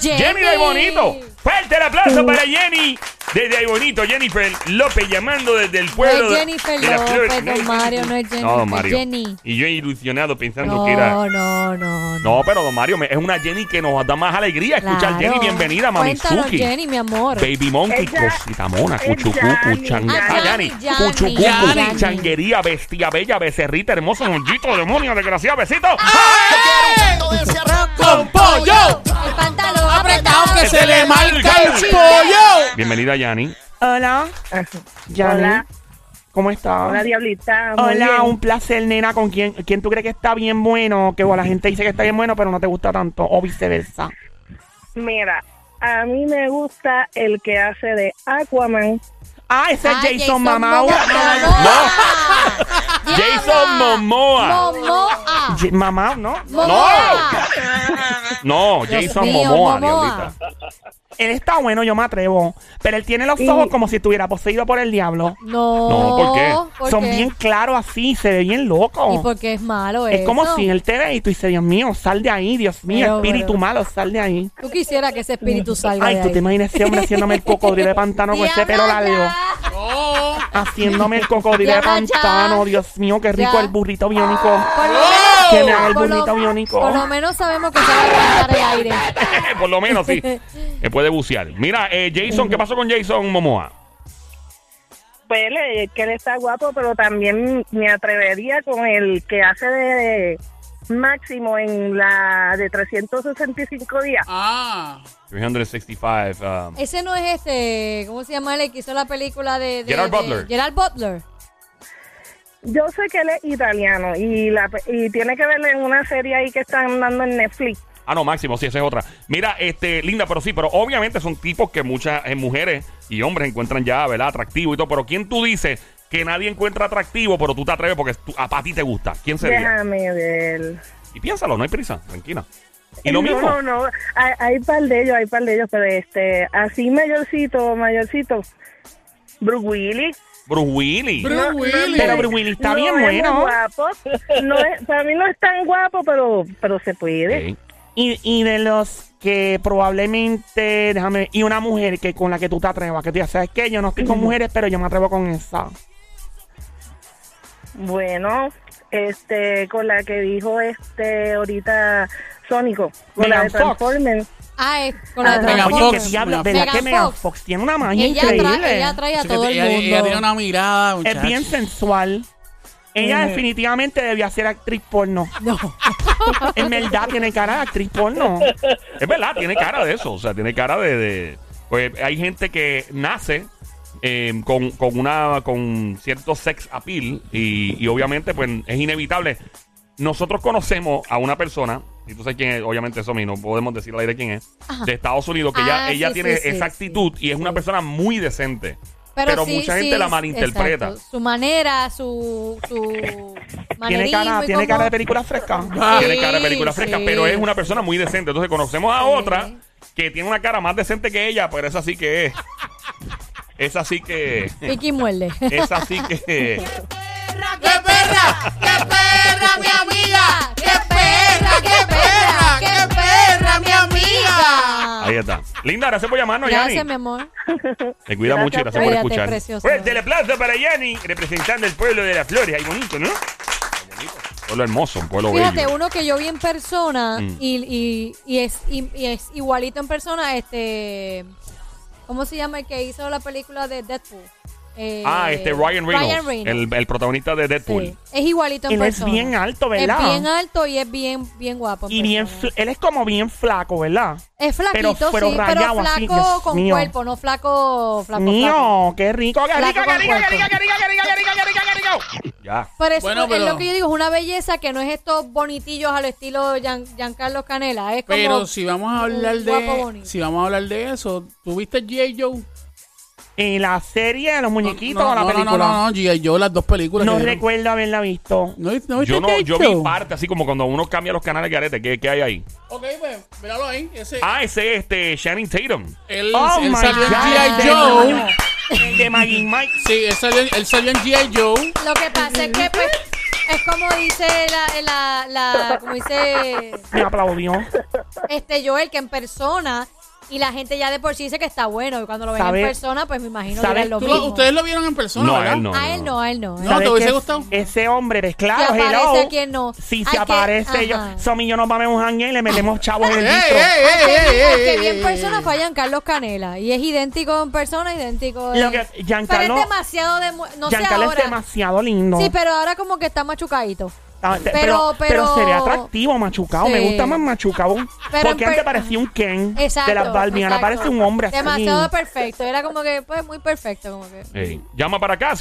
Speaker 4: Jenny de Bonito. Fuerte el aplauso para Jenny. Desde ahí bonito, Jennifer López llamando desde el
Speaker 5: No
Speaker 4: pueblo.
Speaker 5: es Jennifer
Speaker 4: de la Flor.
Speaker 5: López, don Mario, no es Jenny.
Speaker 4: No, don Mario.
Speaker 5: Jenny.
Speaker 4: Y yo ilusionado pensando
Speaker 5: No,
Speaker 4: que era.
Speaker 5: no, no, no.
Speaker 4: No, pero don Mario, me- es una Jenny que nos da más alegría escuchar.
Speaker 5: Claro.
Speaker 4: Jenny, bienvenida,
Speaker 5: Cuéntanos,
Speaker 4: Mamizuki.
Speaker 5: Jenny, mi amor.
Speaker 4: Baby Monkey,
Speaker 3: Ella-
Speaker 4: cosita mona,
Speaker 3: es
Speaker 4: cuchucu,
Speaker 3: Yanni.
Speaker 5: Ah,
Speaker 4: changa,
Speaker 5: Yanni,
Speaker 4: yani,
Speaker 5: Yanni,
Speaker 4: cuchucu,
Speaker 5: Yanni.
Speaker 4: changuería, bestia bella, becerrita, hermosa, monjito, demonio, desgraciado, besito.
Speaker 1: con pollo.
Speaker 5: El pantalón
Speaker 1: Apretado que se le marca el
Speaker 4: Chinga.
Speaker 1: pollo.
Speaker 4: Bienvenida, Yanni.
Speaker 8: Hola. Yani,
Speaker 10: Hola.
Speaker 8: ¿Cómo estás?
Speaker 10: Hola, diablita. muy
Speaker 8: Hola,
Speaker 10: bien.
Speaker 8: un placer, nena. ¿Con quién, quién tú crees que está bien bueno? Que bueno, la gente dice que está bien bueno, pero no te gusta tanto. O viceversa.
Speaker 10: Mira, a mí me gusta el que hace de Aquaman.
Speaker 8: Ah, ese
Speaker 5: Ah,
Speaker 8: es Jason Mamau.
Speaker 5: No.
Speaker 4: Jason
Speaker 5: Ah.
Speaker 4: Momoa.
Speaker 5: Momoa.
Speaker 8: J- Mamau, ¿no?
Speaker 5: Momoa.
Speaker 4: No,
Speaker 5: Dios
Speaker 4: Jason
Speaker 5: mío,
Speaker 4: Momoa,
Speaker 5: Momoa.
Speaker 4: diablita.
Speaker 8: él está bueno, yo me atrevo. Pero él tiene los
Speaker 10: Y-
Speaker 8: ojos como si estuviera poseído por el diablo.
Speaker 5: No.
Speaker 4: No, ¿por qué?
Speaker 8: Son
Speaker 5: qué?
Speaker 8: bien claros así, se ve bien loco.
Speaker 5: ¿Y porque es malo
Speaker 8: Es
Speaker 5: eso?
Speaker 8: como si él te ve y tú dices, Dios mío, sal de ahí, Dios mío,
Speaker 5: Pero,
Speaker 8: espíritu
Speaker 5: pero-
Speaker 8: malo, sal de ahí.
Speaker 5: Tú quisieras que ese espíritu salga
Speaker 8: Ay,
Speaker 5: de
Speaker 8: tú te
Speaker 5: ahí.
Speaker 8: imaginas ese hombre haciéndome el cocodrilo de pantano con ese pelo
Speaker 5: Diabla,
Speaker 8: largo.
Speaker 5: ya.
Speaker 8: Haciéndome el cocodrilo de
Speaker 5: Ya, ya.
Speaker 8: pantano, Dios mío, qué rico
Speaker 5: Ya. Ah,
Speaker 8: el burrito biónico.
Speaker 5: Por lo
Speaker 8: Oh. Que
Speaker 5: menos-
Speaker 8: me haga el
Speaker 5: por lo-
Speaker 8: burrito biónico.
Speaker 5: Por lo menos sabemos que se va a levantar el aire.
Speaker 4: Por lo menos, sí. Me puede bucear. Mira, eh, Jason, ¿qué pasó con Jason Momoa?
Speaker 10: Pues él, eh, que él está guapo, pero también me atrevería con el que hace de máximo en la de 365 días.
Speaker 1: Ah.
Speaker 4: 365. um,
Speaker 5: Ese no es este, ¿cómo se llama el que hizo la película de, de-
Speaker 4: Gerard
Speaker 5: de-
Speaker 4: Butler.
Speaker 5: Gerard Butler.
Speaker 10: Yo sé que él es italiano y, la, pe- y tiene que verle en una serie ahí que están dando en Netflix.
Speaker 4: Ah, no, Máximo, sí, esa es otra. Mira, este, linda, pero sí, pero obviamente son tipos que muchas eh, mujeres y hombres encuentran ya, ¿verdad? Atractivo y todo. Pero ¿quién tú dices que nadie encuentra atractivo, pero tú te atreves porque tú- a, a ti te gusta? ¿Quién sería?
Speaker 10: Déjame ver.
Speaker 4: Y piénsalo, no hay prisa, tranquila. Y lo mismo.
Speaker 10: Eh, No, no, no. Hay, hay par de ellos, hay par de ellos, pero este, así mayorcito, mayorcito. Bruce Willis.
Speaker 4: Bruce Willis.
Speaker 1: Bruce Willis.
Speaker 8: Pero Bruce Willis está
Speaker 10: No
Speaker 8: bien
Speaker 10: es muy
Speaker 8: bueno.
Speaker 10: guapo. No es- para mí no es tan guapo, pero, pero se puede.
Speaker 4: Ok.
Speaker 8: Y, y de los que probablemente, déjame, y una mujer que con la que tú te atrevas, que tú ya sabes que yo no estoy con mujeres, pero yo me atrevo con esa.
Speaker 10: Bueno, este, con la que dijo este ahorita Sónico, con la
Speaker 8: Megan
Speaker 10: de
Speaker 8: Fox.
Speaker 10: Transformers.
Speaker 5: Ah, es con la
Speaker 10: Ajá.
Speaker 5: de
Speaker 8: Oye,
Speaker 1: Megan
Speaker 5: Transformers.
Speaker 1: Fox.
Speaker 8: que diablo, ¿verdad
Speaker 5: Megan
Speaker 8: que Megan
Speaker 5: Fox.
Speaker 8: Fox tiene una magia
Speaker 5: Ella atrae,
Speaker 8: increíble?
Speaker 5: ella atrae
Speaker 1: Es
Speaker 5: a
Speaker 1: que
Speaker 5: todo el
Speaker 1: ella,
Speaker 5: mundo.
Speaker 1: ella tiene una mirada, muchacho.
Speaker 8: es bien sensual. Ella
Speaker 10: Ujú.
Speaker 8: definitivamente debía ser actriz porno.
Speaker 5: No.
Speaker 8: En verdad tiene cara de actriz porno.
Speaker 4: Es verdad, tiene cara de eso. O sea, tiene cara de. de- pues hay gente que nace eh, con, con una con cierto sex appeal y, y obviamente pues es inevitable. Nosotros conocemos a una persona, y tú sabes quién es, obviamente eso a mí no podemos decir al aire quién es, de Estados Unidos, que
Speaker 5: Ah,
Speaker 4: ya, ella
Speaker 5: sí,
Speaker 4: tiene
Speaker 5: sí, sí,
Speaker 4: esa
Speaker 5: sí,
Speaker 4: actitud y es una
Speaker 5: sí.
Speaker 4: persona muy decente. Pero,
Speaker 5: Pero, sí,
Speaker 4: mucha
Speaker 5: sí,
Speaker 4: gente la
Speaker 5: es-
Speaker 4: malinterpreta.
Speaker 5: exacto. Su manera, su, su
Speaker 8: Tiene
Speaker 5: manerismo
Speaker 8: cara,
Speaker 5: y
Speaker 8: tiene
Speaker 5: cómo-
Speaker 8: cara de película fresca.
Speaker 4: Ah, Tiene cara de
Speaker 5: Sí,
Speaker 4: película fresca,
Speaker 5: sí.
Speaker 4: pero es una persona muy decente. Entonces conocemos a
Speaker 5: Sí.
Speaker 4: otra que tiene una cara más decente que ella, pero esa sí que es. Esa sí que.
Speaker 5: Piqui muerde.
Speaker 8: Eh.
Speaker 4: Esa sí que.
Speaker 1: ¡Qué perra! ¡Qué perra, mi amiga! ¡Qué perra, qué perra! ¡Qué perra, mi amiga!
Speaker 4: Ahí está. Linda, gracias por llamarnos,
Speaker 5: Gracias, mi
Speaker 4: Yanni.
Speaker 5: amor.
Speaker 4: Te cuida mucho y gracias por
Speaker 5: Cuídate,
Speaker 4: escuchar.
Speaker 5: preciosa.
Speaker 4: Fuerte el aplauso para Yanni, representando el pueblo de las flores. Ahí bonito, ¿no? Pueblo hermoso, un pueblo
Speaker 5: Fíjate,
Speaker 4: bello.
Speaker 5: uno que yo vi en persona
Speaker 4: Mm.
Speaker 5: y, y, y es, y, y es igualito en persona, este... ¿Cómo se llama el que hizo la película de Deadpool? Eh,
Speaker 4: Ah, este Ryan Reynolds,
Speaker 5: Reynolds.
Speaker 4: El, el protagonista de Deadpool.
Speaker 5: Sí. Es igualito en
Speaker 8: Él es
Speaker 5: persona.
Speaker 8: bien alto, ¿verdad?
Speaker 5: Es bien alto y es bien, bien guapo. en
Speaker 8: Y bien,
Speaker 5: persona.
Speaker 8: fl- él es como bien flaco, ¿verdad?
Speaker 5: Es flaquito,
Speaker 8: pero- pero
Speaker 5: sí,
Speaker 8: rayado
Speaker 5: pero
Speaker 8: así,
Speaker 5: flaco
Speaker 8: Dios
Speaker 5: con
Speaker 8: mío.
Speaker 5: cuerpo, no flaco, flaco, flaco.
Speaker 8: Mío, qué rico, qué rico,
Speaker 5: Flaco
Speaker 8: qué
Speaker 5: con
Speaker 8: rico, qué
Speaker 5: cuerpo.
Speaker 8: rico, qué rico, qué rico, qué rico, qué rico, qué rico.
Speaker 4: Ya.
Speaker 5: Pero es,
Speaker 1: Bueno,
Speaker 5: es
Speaker 1: pero-
Speaker 5: lo que yo digo, es una belleza que no es estos bonitillos al estilo Gian- Giancarlo Canela. Es como
Speaker 1: Pero si vamos a hablar
Speaker 5: un guapo
Speaker 1: de
Speaker 5: bonito.
Speaker 1: si vamos a hablar de eso, ¿tuviste G.I. Joe?
Speaker 8: ¿Y la serie, los muñequitos
Speaker 1: no,
Speaker 8: o la
Speaker 1: no,
Speaker 8: película?
Speaker 1: No, no, no, G.I. Joe, las dos películas.
Speaker 8: No
Speaker 1: que vieron.
Speaker 8: recuerdo haberla visto.
Speaker 1: ¿No, viste- no viste
Speaker 4: Yo no, yo
Speaker 1: G.I. Joe?
Speaker 4: vi parte así como cuando uno cambia los canales de arete. ¿Qué, qué hay ahí?
Speaker 1: Ok, pues, míralo ahí. Ese,
Speaker 4: Ah, ese es este Shannon Tatum.
Speaker 1: él,
Speaker 8: Oh
Speaker 1: él
Speaker 8: my
Speaker 1: salió en
Speaker 8: God.
Speaker 1: G.I.
Speaker 8: No.
Speaker 1: Joe.
Speaker 8: El de Maggie Mike.
Speaker 1: Sí, él salió, él salió en G.I. Joe.
Speaker 5: Lo que pasa es que pues, es como dice la, la, la- como dice
Speaker 8: Me aplaudió.
Speaker 5: este Joel, que en persona y la gente ya de por sí dice que está bueno. Y cuando lo ven
Speaker 8: ¿Sabe-
Speaker 5: en persona, pues me imagino que
Speaker 8: ¿sabe
Speaker 5: es lo
Speaker 1: Tú
Speaker 5: mismo.
Speaker 1: lo- ustedes lo vieron en persona,
Speaker 4: No,
Speaker 1: ¿verdad?
Speaker 4: él no.
Speaker 5: a él no, a él no.
Speaker 1: No,
Speaker 8: ¿Sabes
Speaker 1: ¿te hubiese
Speaker 8: qué?
Speaker 1: gustado?
Speaker 8: Ese hombre, pues claro,
Speaker 5: Si aparece,
Speaker 8: hello.
Speaker 5: ¿quién no?
Speaker 8: Si
Speaker 5: Hay
Speaker 8: se
Speaker 5: que-
Speaker 8: aparece,
Speaker 5: ajá.
Speaker 8: yo, Somi y yo nos vamos a un hangar y le metemos chavos en el
Speaker 1: ¡Ey,
Speaker 8: distro.
Speaker 5: Ah,
Speaker 1: ey, ey, ey, ey,
Speaker 5: Que
Speaker 1: ey,
Speaker 5: bien
Speaker 1: ey,
Speaker 5: persona
Speaker 1: ey.
Speaker 5: fallan Carlos Canela y es idéntico en persona, idéntico.
Speaker 8: Lo
Speaker 5: en-
Speaker 8: que-
Speaker 5: pero
Speaker 8: Giancarlo-
Speaker 5: es demasiado de mu- no sé
Speaker 8: Giancarlo es
Speaker 5: ahora.
Speaker 8: demasiado lindo.
Speaker 5: Sí, pero ahora como que está machucadito.
Speaker 8: Ah, te-
Speaker 5: pero- pero-
Speaker 8: se ve atractivo, machucado. Me
Speaker 5: Sí.
Speaker 8: gusta más machucado.
Speaker 5: Pero
Speaker 8: porque
Speaker 5: en per-
Speaker 8: antes parecía un Ken
Speaker 5: Exacto.
Speaker 8: de las Barbie. Ahora
Speaker 5: exacto.
Speaker 8: parece un hombre así.
Speaker 5: Demasiado perfecto. Era como que, pues, muy perfecto. Como que.
Speaker 4: Ey, Llama para acá,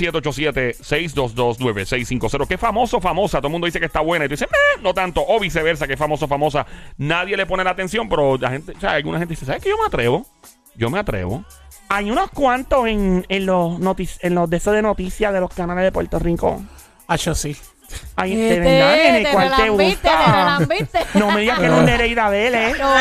Speaker 4: 787-622-9650. Qué famoso, famosa. Todo el mundo dice que está buena. Y tú dices, "Meh", no tanto. O viceversa, que famoso, famosa. Nadie le pone la atención, pero la gente, o sea, alguna gente dice, ¿sabes qué? Yo me atrevo. Yo me atrevo.
Speaker 8: Hay unos cuantos en, en los notic en los de esos de noticias de los canales de Puerto Rico.
Speaker 1: Ah, yo sí.
Speaker 8: Ay,
Speaker 5: Este,
Speaker 8: de verdad, nene,
Speaker 5: te
Speaker 8: ¿cuál te
Speaker 5: relambiste, te
Speaker 8: gusta?
Speaker 5: relambiste.
Speaker 8: No me digas que no Nereida Vélez.
Speaker 5: No.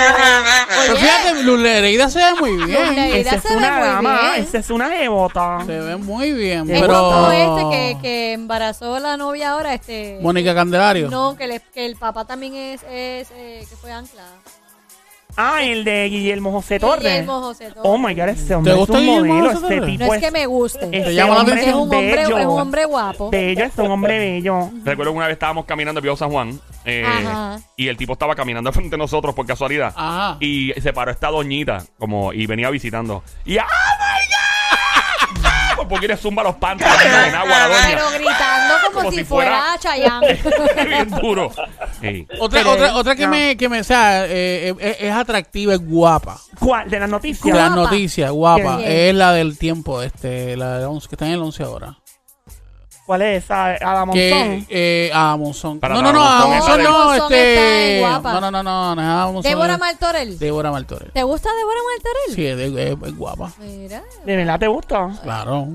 Speaker 1: Pero
Speaker 5: Oye,
Speaker 1: fíjate, Luz Nereida se ve muy bien.
Speaker 5: Nereida
Speaker 8: Esa es
Speaker 5: se ve
Speaker 8: una
Speaker 5: muy
Speaker 8: dama,
Speaker 5: bien.
Speaker 8: esa es una jebota.
Speaker 1: Se ve muy bien,
Speaker 5: es como este
Speaker 1: pero...
Speaker 5: que, que embarazó la novia ahora, este...
Speaker 1: Mónica Candelario.
Speaker 5: No, que, le- que el papá también es, es eh, que fue ancla.
Speaker 8: Ah, el de Guillermo José Torres.
Speaker 5: Guillermo José Torres.
Speaker 8: Oh my god, ese hombre
Speaker 1: gusta
Speaker 8: es un
Speaker 1: Guillermo
Speaker 8: modelo,
Speaker 1: José
Speaker 8: este
Speaker 1: Torres?
Speaker 8: tipo
Speaker 5: No es que me guste.
Speaker 8: este
Speaker 1: llama la
Speaker 8: hombre
Speaker 1: atención.
Speaker 5: Es un hombre,
Speaker 8: bello.
Speaker 5: es un hombre guapo.
Speaker 8: Bello, es un hombre bello.
Speaker 4: Recuerdo que una vez estábamos caminando en Viejo San Juan eh,
Speaker 5: Ajá.
Speaker 4: y el tipo estaba caminando frente a nosotros por casualidad.
Speaker 1: Ajá.
Speaker 4: Y se paró esta doñita como y venía visitando. Y ¡Ah, my God! Porque le zumba los pantalones en agua a la doña.
Speaker 5: Pero gritando como,
Speaker 4: Como
Speaker 5: si,
Speaker 4: si fuera-
Speaker 5: fuera Chayanne.
Speaker 4: Bien duro. Sí.
Speaker 1: Otra,
Speaker 8: Pero-
Speaker 1: otra, otra que,
Speaker 8: no.
Speaker 1: me, que me o sea, eh, eh, es, es atractiva, es guapa.
Speaker 8: ¿Cuál? De las noticias.
Speaker 1: La
Speaker 5: Guapa.
Speaker 1: noticia, guapa.
Speaker 5: Bien.
Speaker 1: Es la del tiempo, este, la de once- que está en el 11 ahora.
Speaker 8: ¿Cuál es esa? Ada
Speaker 1: Que,
Speaker 8: Monzón.
Speaker 1: eh, Amazon.
Speaker 4: Para
Speaker 1: no, no, no,
Speaker 4: Adam
Speaker 1: Adam
Speaker 4: Monzón
Speaker 1: Monzón
Speaker 5: es
Speaker 1: no,
Speaker 5: la de- Adam Monzón está
Speaker 1: este.
Speaker 5: en guapa.
Speaker 1: No, no, no, no, no es Adam Monzón,
Speaker 5: Débora
Speaker 1: es-
Speaker 5: Martorell.
Speaker 1: Débora Martorell.
Speaker 5: ¿Te gusta Débora Martorell?
Speaker 1: Sí, es, de- es- es guapa.
Speaker 5: Mira.
Speaker 8: ¿De verdad te gusta?
Speaker 1: Claro.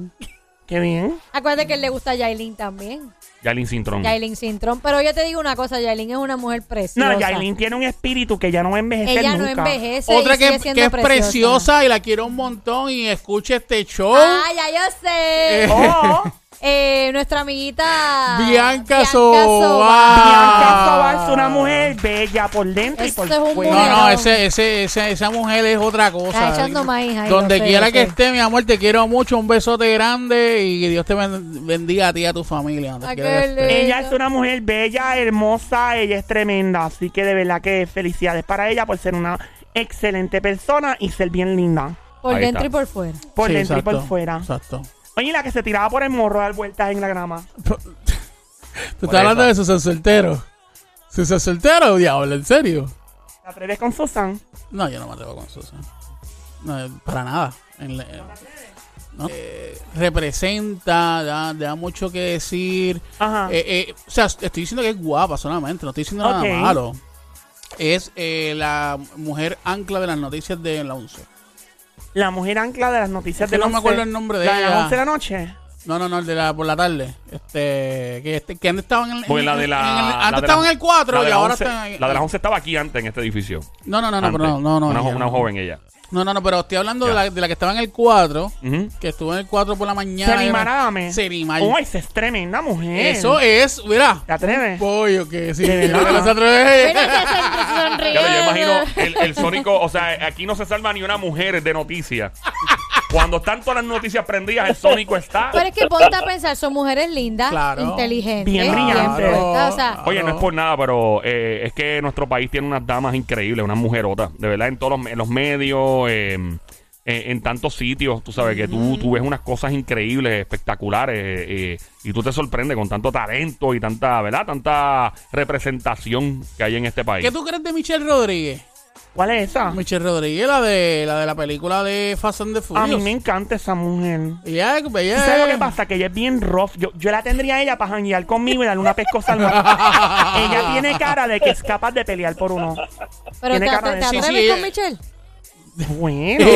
Speaker 8: Qué bien.
Speaker 5: Acuérdate que le gusta a Yailin también.
Speaker 4: Yailin
Speaker 1: Mm.
Speaker 4: Sintrón.
Speaker 5: Yailin Sintrón. Pero yo te digo una cosa, Yailin es una mujer preciosa.
Speaker 8: No, Yailin tiene un espíritu que ya no va a envejecer
Speaker 5: Ella no
Speaker 8: nunca.
Speaker 5: envejece.
Speaker 1: Otra
Speaker 5: y sigue
Speaker 1: que,
Speaker 5: siendo
Speaker 1: que es preciosa y la quiero un montón y escucha este show.
Speaker 5: Ah, ya yo sé.
Speaker 8: Oh,
Speaker 5: Eh, nuestra amiguita
Speaker 1: Bianca
Speaker 5: Soba.
Speaker 8: Bianca
Speaker 1: Soba.
Speaker 8: Soba es una mujer bella por dentro y
Speaker 5: Eso
Speaker 8: por
Speaker 5: es un
Speaker 8: fuera.
Speaker 1: No, no,
Speaker 5: Bueno.
Speaker 1: ese, ese, ese- esa mujer es otra cosa.
Speaker 5: Está echando maíz ahí,
Speaker 1: Donde
Speaker 5: yo sé,
Speaker 1: quiera
Speaker 5: yo
Speaker 1: que
Speaker 5: sé.
Speaker 1: esté, mi amor, te quiero mucho. Un besote grande y que Dios te ben- bendiga a ti y a tu familia. donde
Speaker 5: Ay,
Speaker 1: quiera
Speaker 5: qué
Speaker 1: que estés.
Speaker 5: lindo.
Speaker 8: Ella es una mujer bella, hermosa, ella es tremenda, así que de verdad que felicidades para ella por ser una excelente persona y ser bien linda.
Speaker 5: Por
Speaker 4: Ahí
Speaker 5: dentro
Speaker 4: está.
Speaker 5: y por fuera.
Speaker 8: Por
Speaker 1: Sí,
Speaker 8: dentro y por
Speaker 1: exacto,
Speaker 8: fuera.
Speaker 1: Exacto.
Speaker 8: Oye, la que se tiraba por el morro a dar vueltas en la grama.
Speaker 1: Tú estás hablando de Susan Soltero. Susan Soltero, diablo, ¿en serio?
Speaker 8: ¿Te atreves con Susan?
Speaker 1: No, yo no me atrevo con Susan. No, eh, para nada. En la- eh, ¿no? Eh, representa, da, da mucho que decir.
Speaker 4: Ah.
Speaker 8: Ajá.
Speaker 1: Eh, eh, o sea, estoy diciendo que es guapa solamente, no estoy diciendo
Speaker 8: Ok.
Speaker 1: nada malo. Es eh, la mujer ancla de las noticias de la 11.
Speaker 8: La mujer ancla de las noticias
Speaker 1: Es que
Speaker 8: de
Speaker 1: no me acuerdo el nombre de
Speaker 8: la de las
Speaker 1: ella.
Speaker 8: 11 de la noche.
Speaker 1: No, no, no, el de la por la tarde. Este, que, este, que antes estaban en, el-
Speaker 4: Pues la
Speaker 1: en-
Speaker 4: de la.
Speaker 1: en el- antes
Speaker 4: la de
Speaker 1: estaban
Speaker 4: la-
Speaker 1: en el 4
Speaker 4: la de
Speaker 1: y
Speaker 4: la
Speaker 1: ahora
Speaker 4: 11
Speaker 1: están en- eh,
Speaker 4: La de las 11 estaba aquí antes en este edificio.
Speaker 1: No, no, no, no, pero
Speaker 4: Antes.
Speaker 1: no, no, no,
Speaker 4: Una, jo-
Speaker 1: ella,
Speaker 4: una
Speaker 1: no.
Speaker 4: joven ella.
Speaker 1: No, no, no, pero estoy hablando de
Speaker 4: Ya.
Speaker 1: la, de la que estaba en el 4,
Speaker 4: Ujú.
Speaker 1: que estuvo en el 4 por la mañana.
Speaker 8: Serimarame.
Speaker 1: Serimar.
Speaker 8: Oh, esa es tremenda mujer.
Speaker 1: Eso es, mira,
Speaker 8: ¿Te atreves?
Speaker 1: pollo que sí,
Speaker 8: De verdad.
Speaker 1: que no se atreve.
Speaker 5: Mira, ya se- se sonríe.
Speaker 4: Claro, yo imagino el, el sónico, o sea, aquí no se salva ni una mujer de noticias. Cuando están todas las noticias prendidas, el sónico está.
Speaker 5: Pero es que ponte a pensar, son mujeres lindas,
Speaker 1: Claro.
Speaker 5: inteligentes,
Speaker 8: Bien brillantes.
Speaker 5: puestas, o sea,
Speaker 4: Oye, no es por nada, pero eh, es que nuestro país tiene unas damas increíbles, unas mujerotas, de verdad, en todos los, en los medios, eh, en, en tantos sitios, tú sabes, que tú, tú ves unas cosas increíbles, espectaculares, eh, eh, y tú te sorprendes con tanto talento y tanta, ¿verdad? Tanta representación que hay en este país.
Speaker 1: ¿Qué tú crees de Michelle Rodríguez?
Speaker 8: ¿Cuál es esa?
Speaker 1: Michelle Rodríguez, la de la de la película de Fast and the
Speaker 8: A mí
Speaker 1: Furious.
Speaker 8: me encanta esa mujer.
Speaker 1: Ella, ella,
Speaker 8: ¿Tú ¿Sabes lo
Speaker 1: Eh.
Speaker 8: que pasa? Que ella es bien rough. Yo, yo la tendría a ella para janguear conmigo y darle una pescosa al Ella tiene cara de que es capaz de pelear por uno.
Speaker 5: pero te,
Speaker 8: tiene cara
Speaker 5: te-
Speaker 8: de-
Speaker 5: te
Speaker 1: Sí, sí,
Speaker 5: atreves con
Speaker 1: ella-
Speaker 5: Michelle.
Speaker 8: Bueno.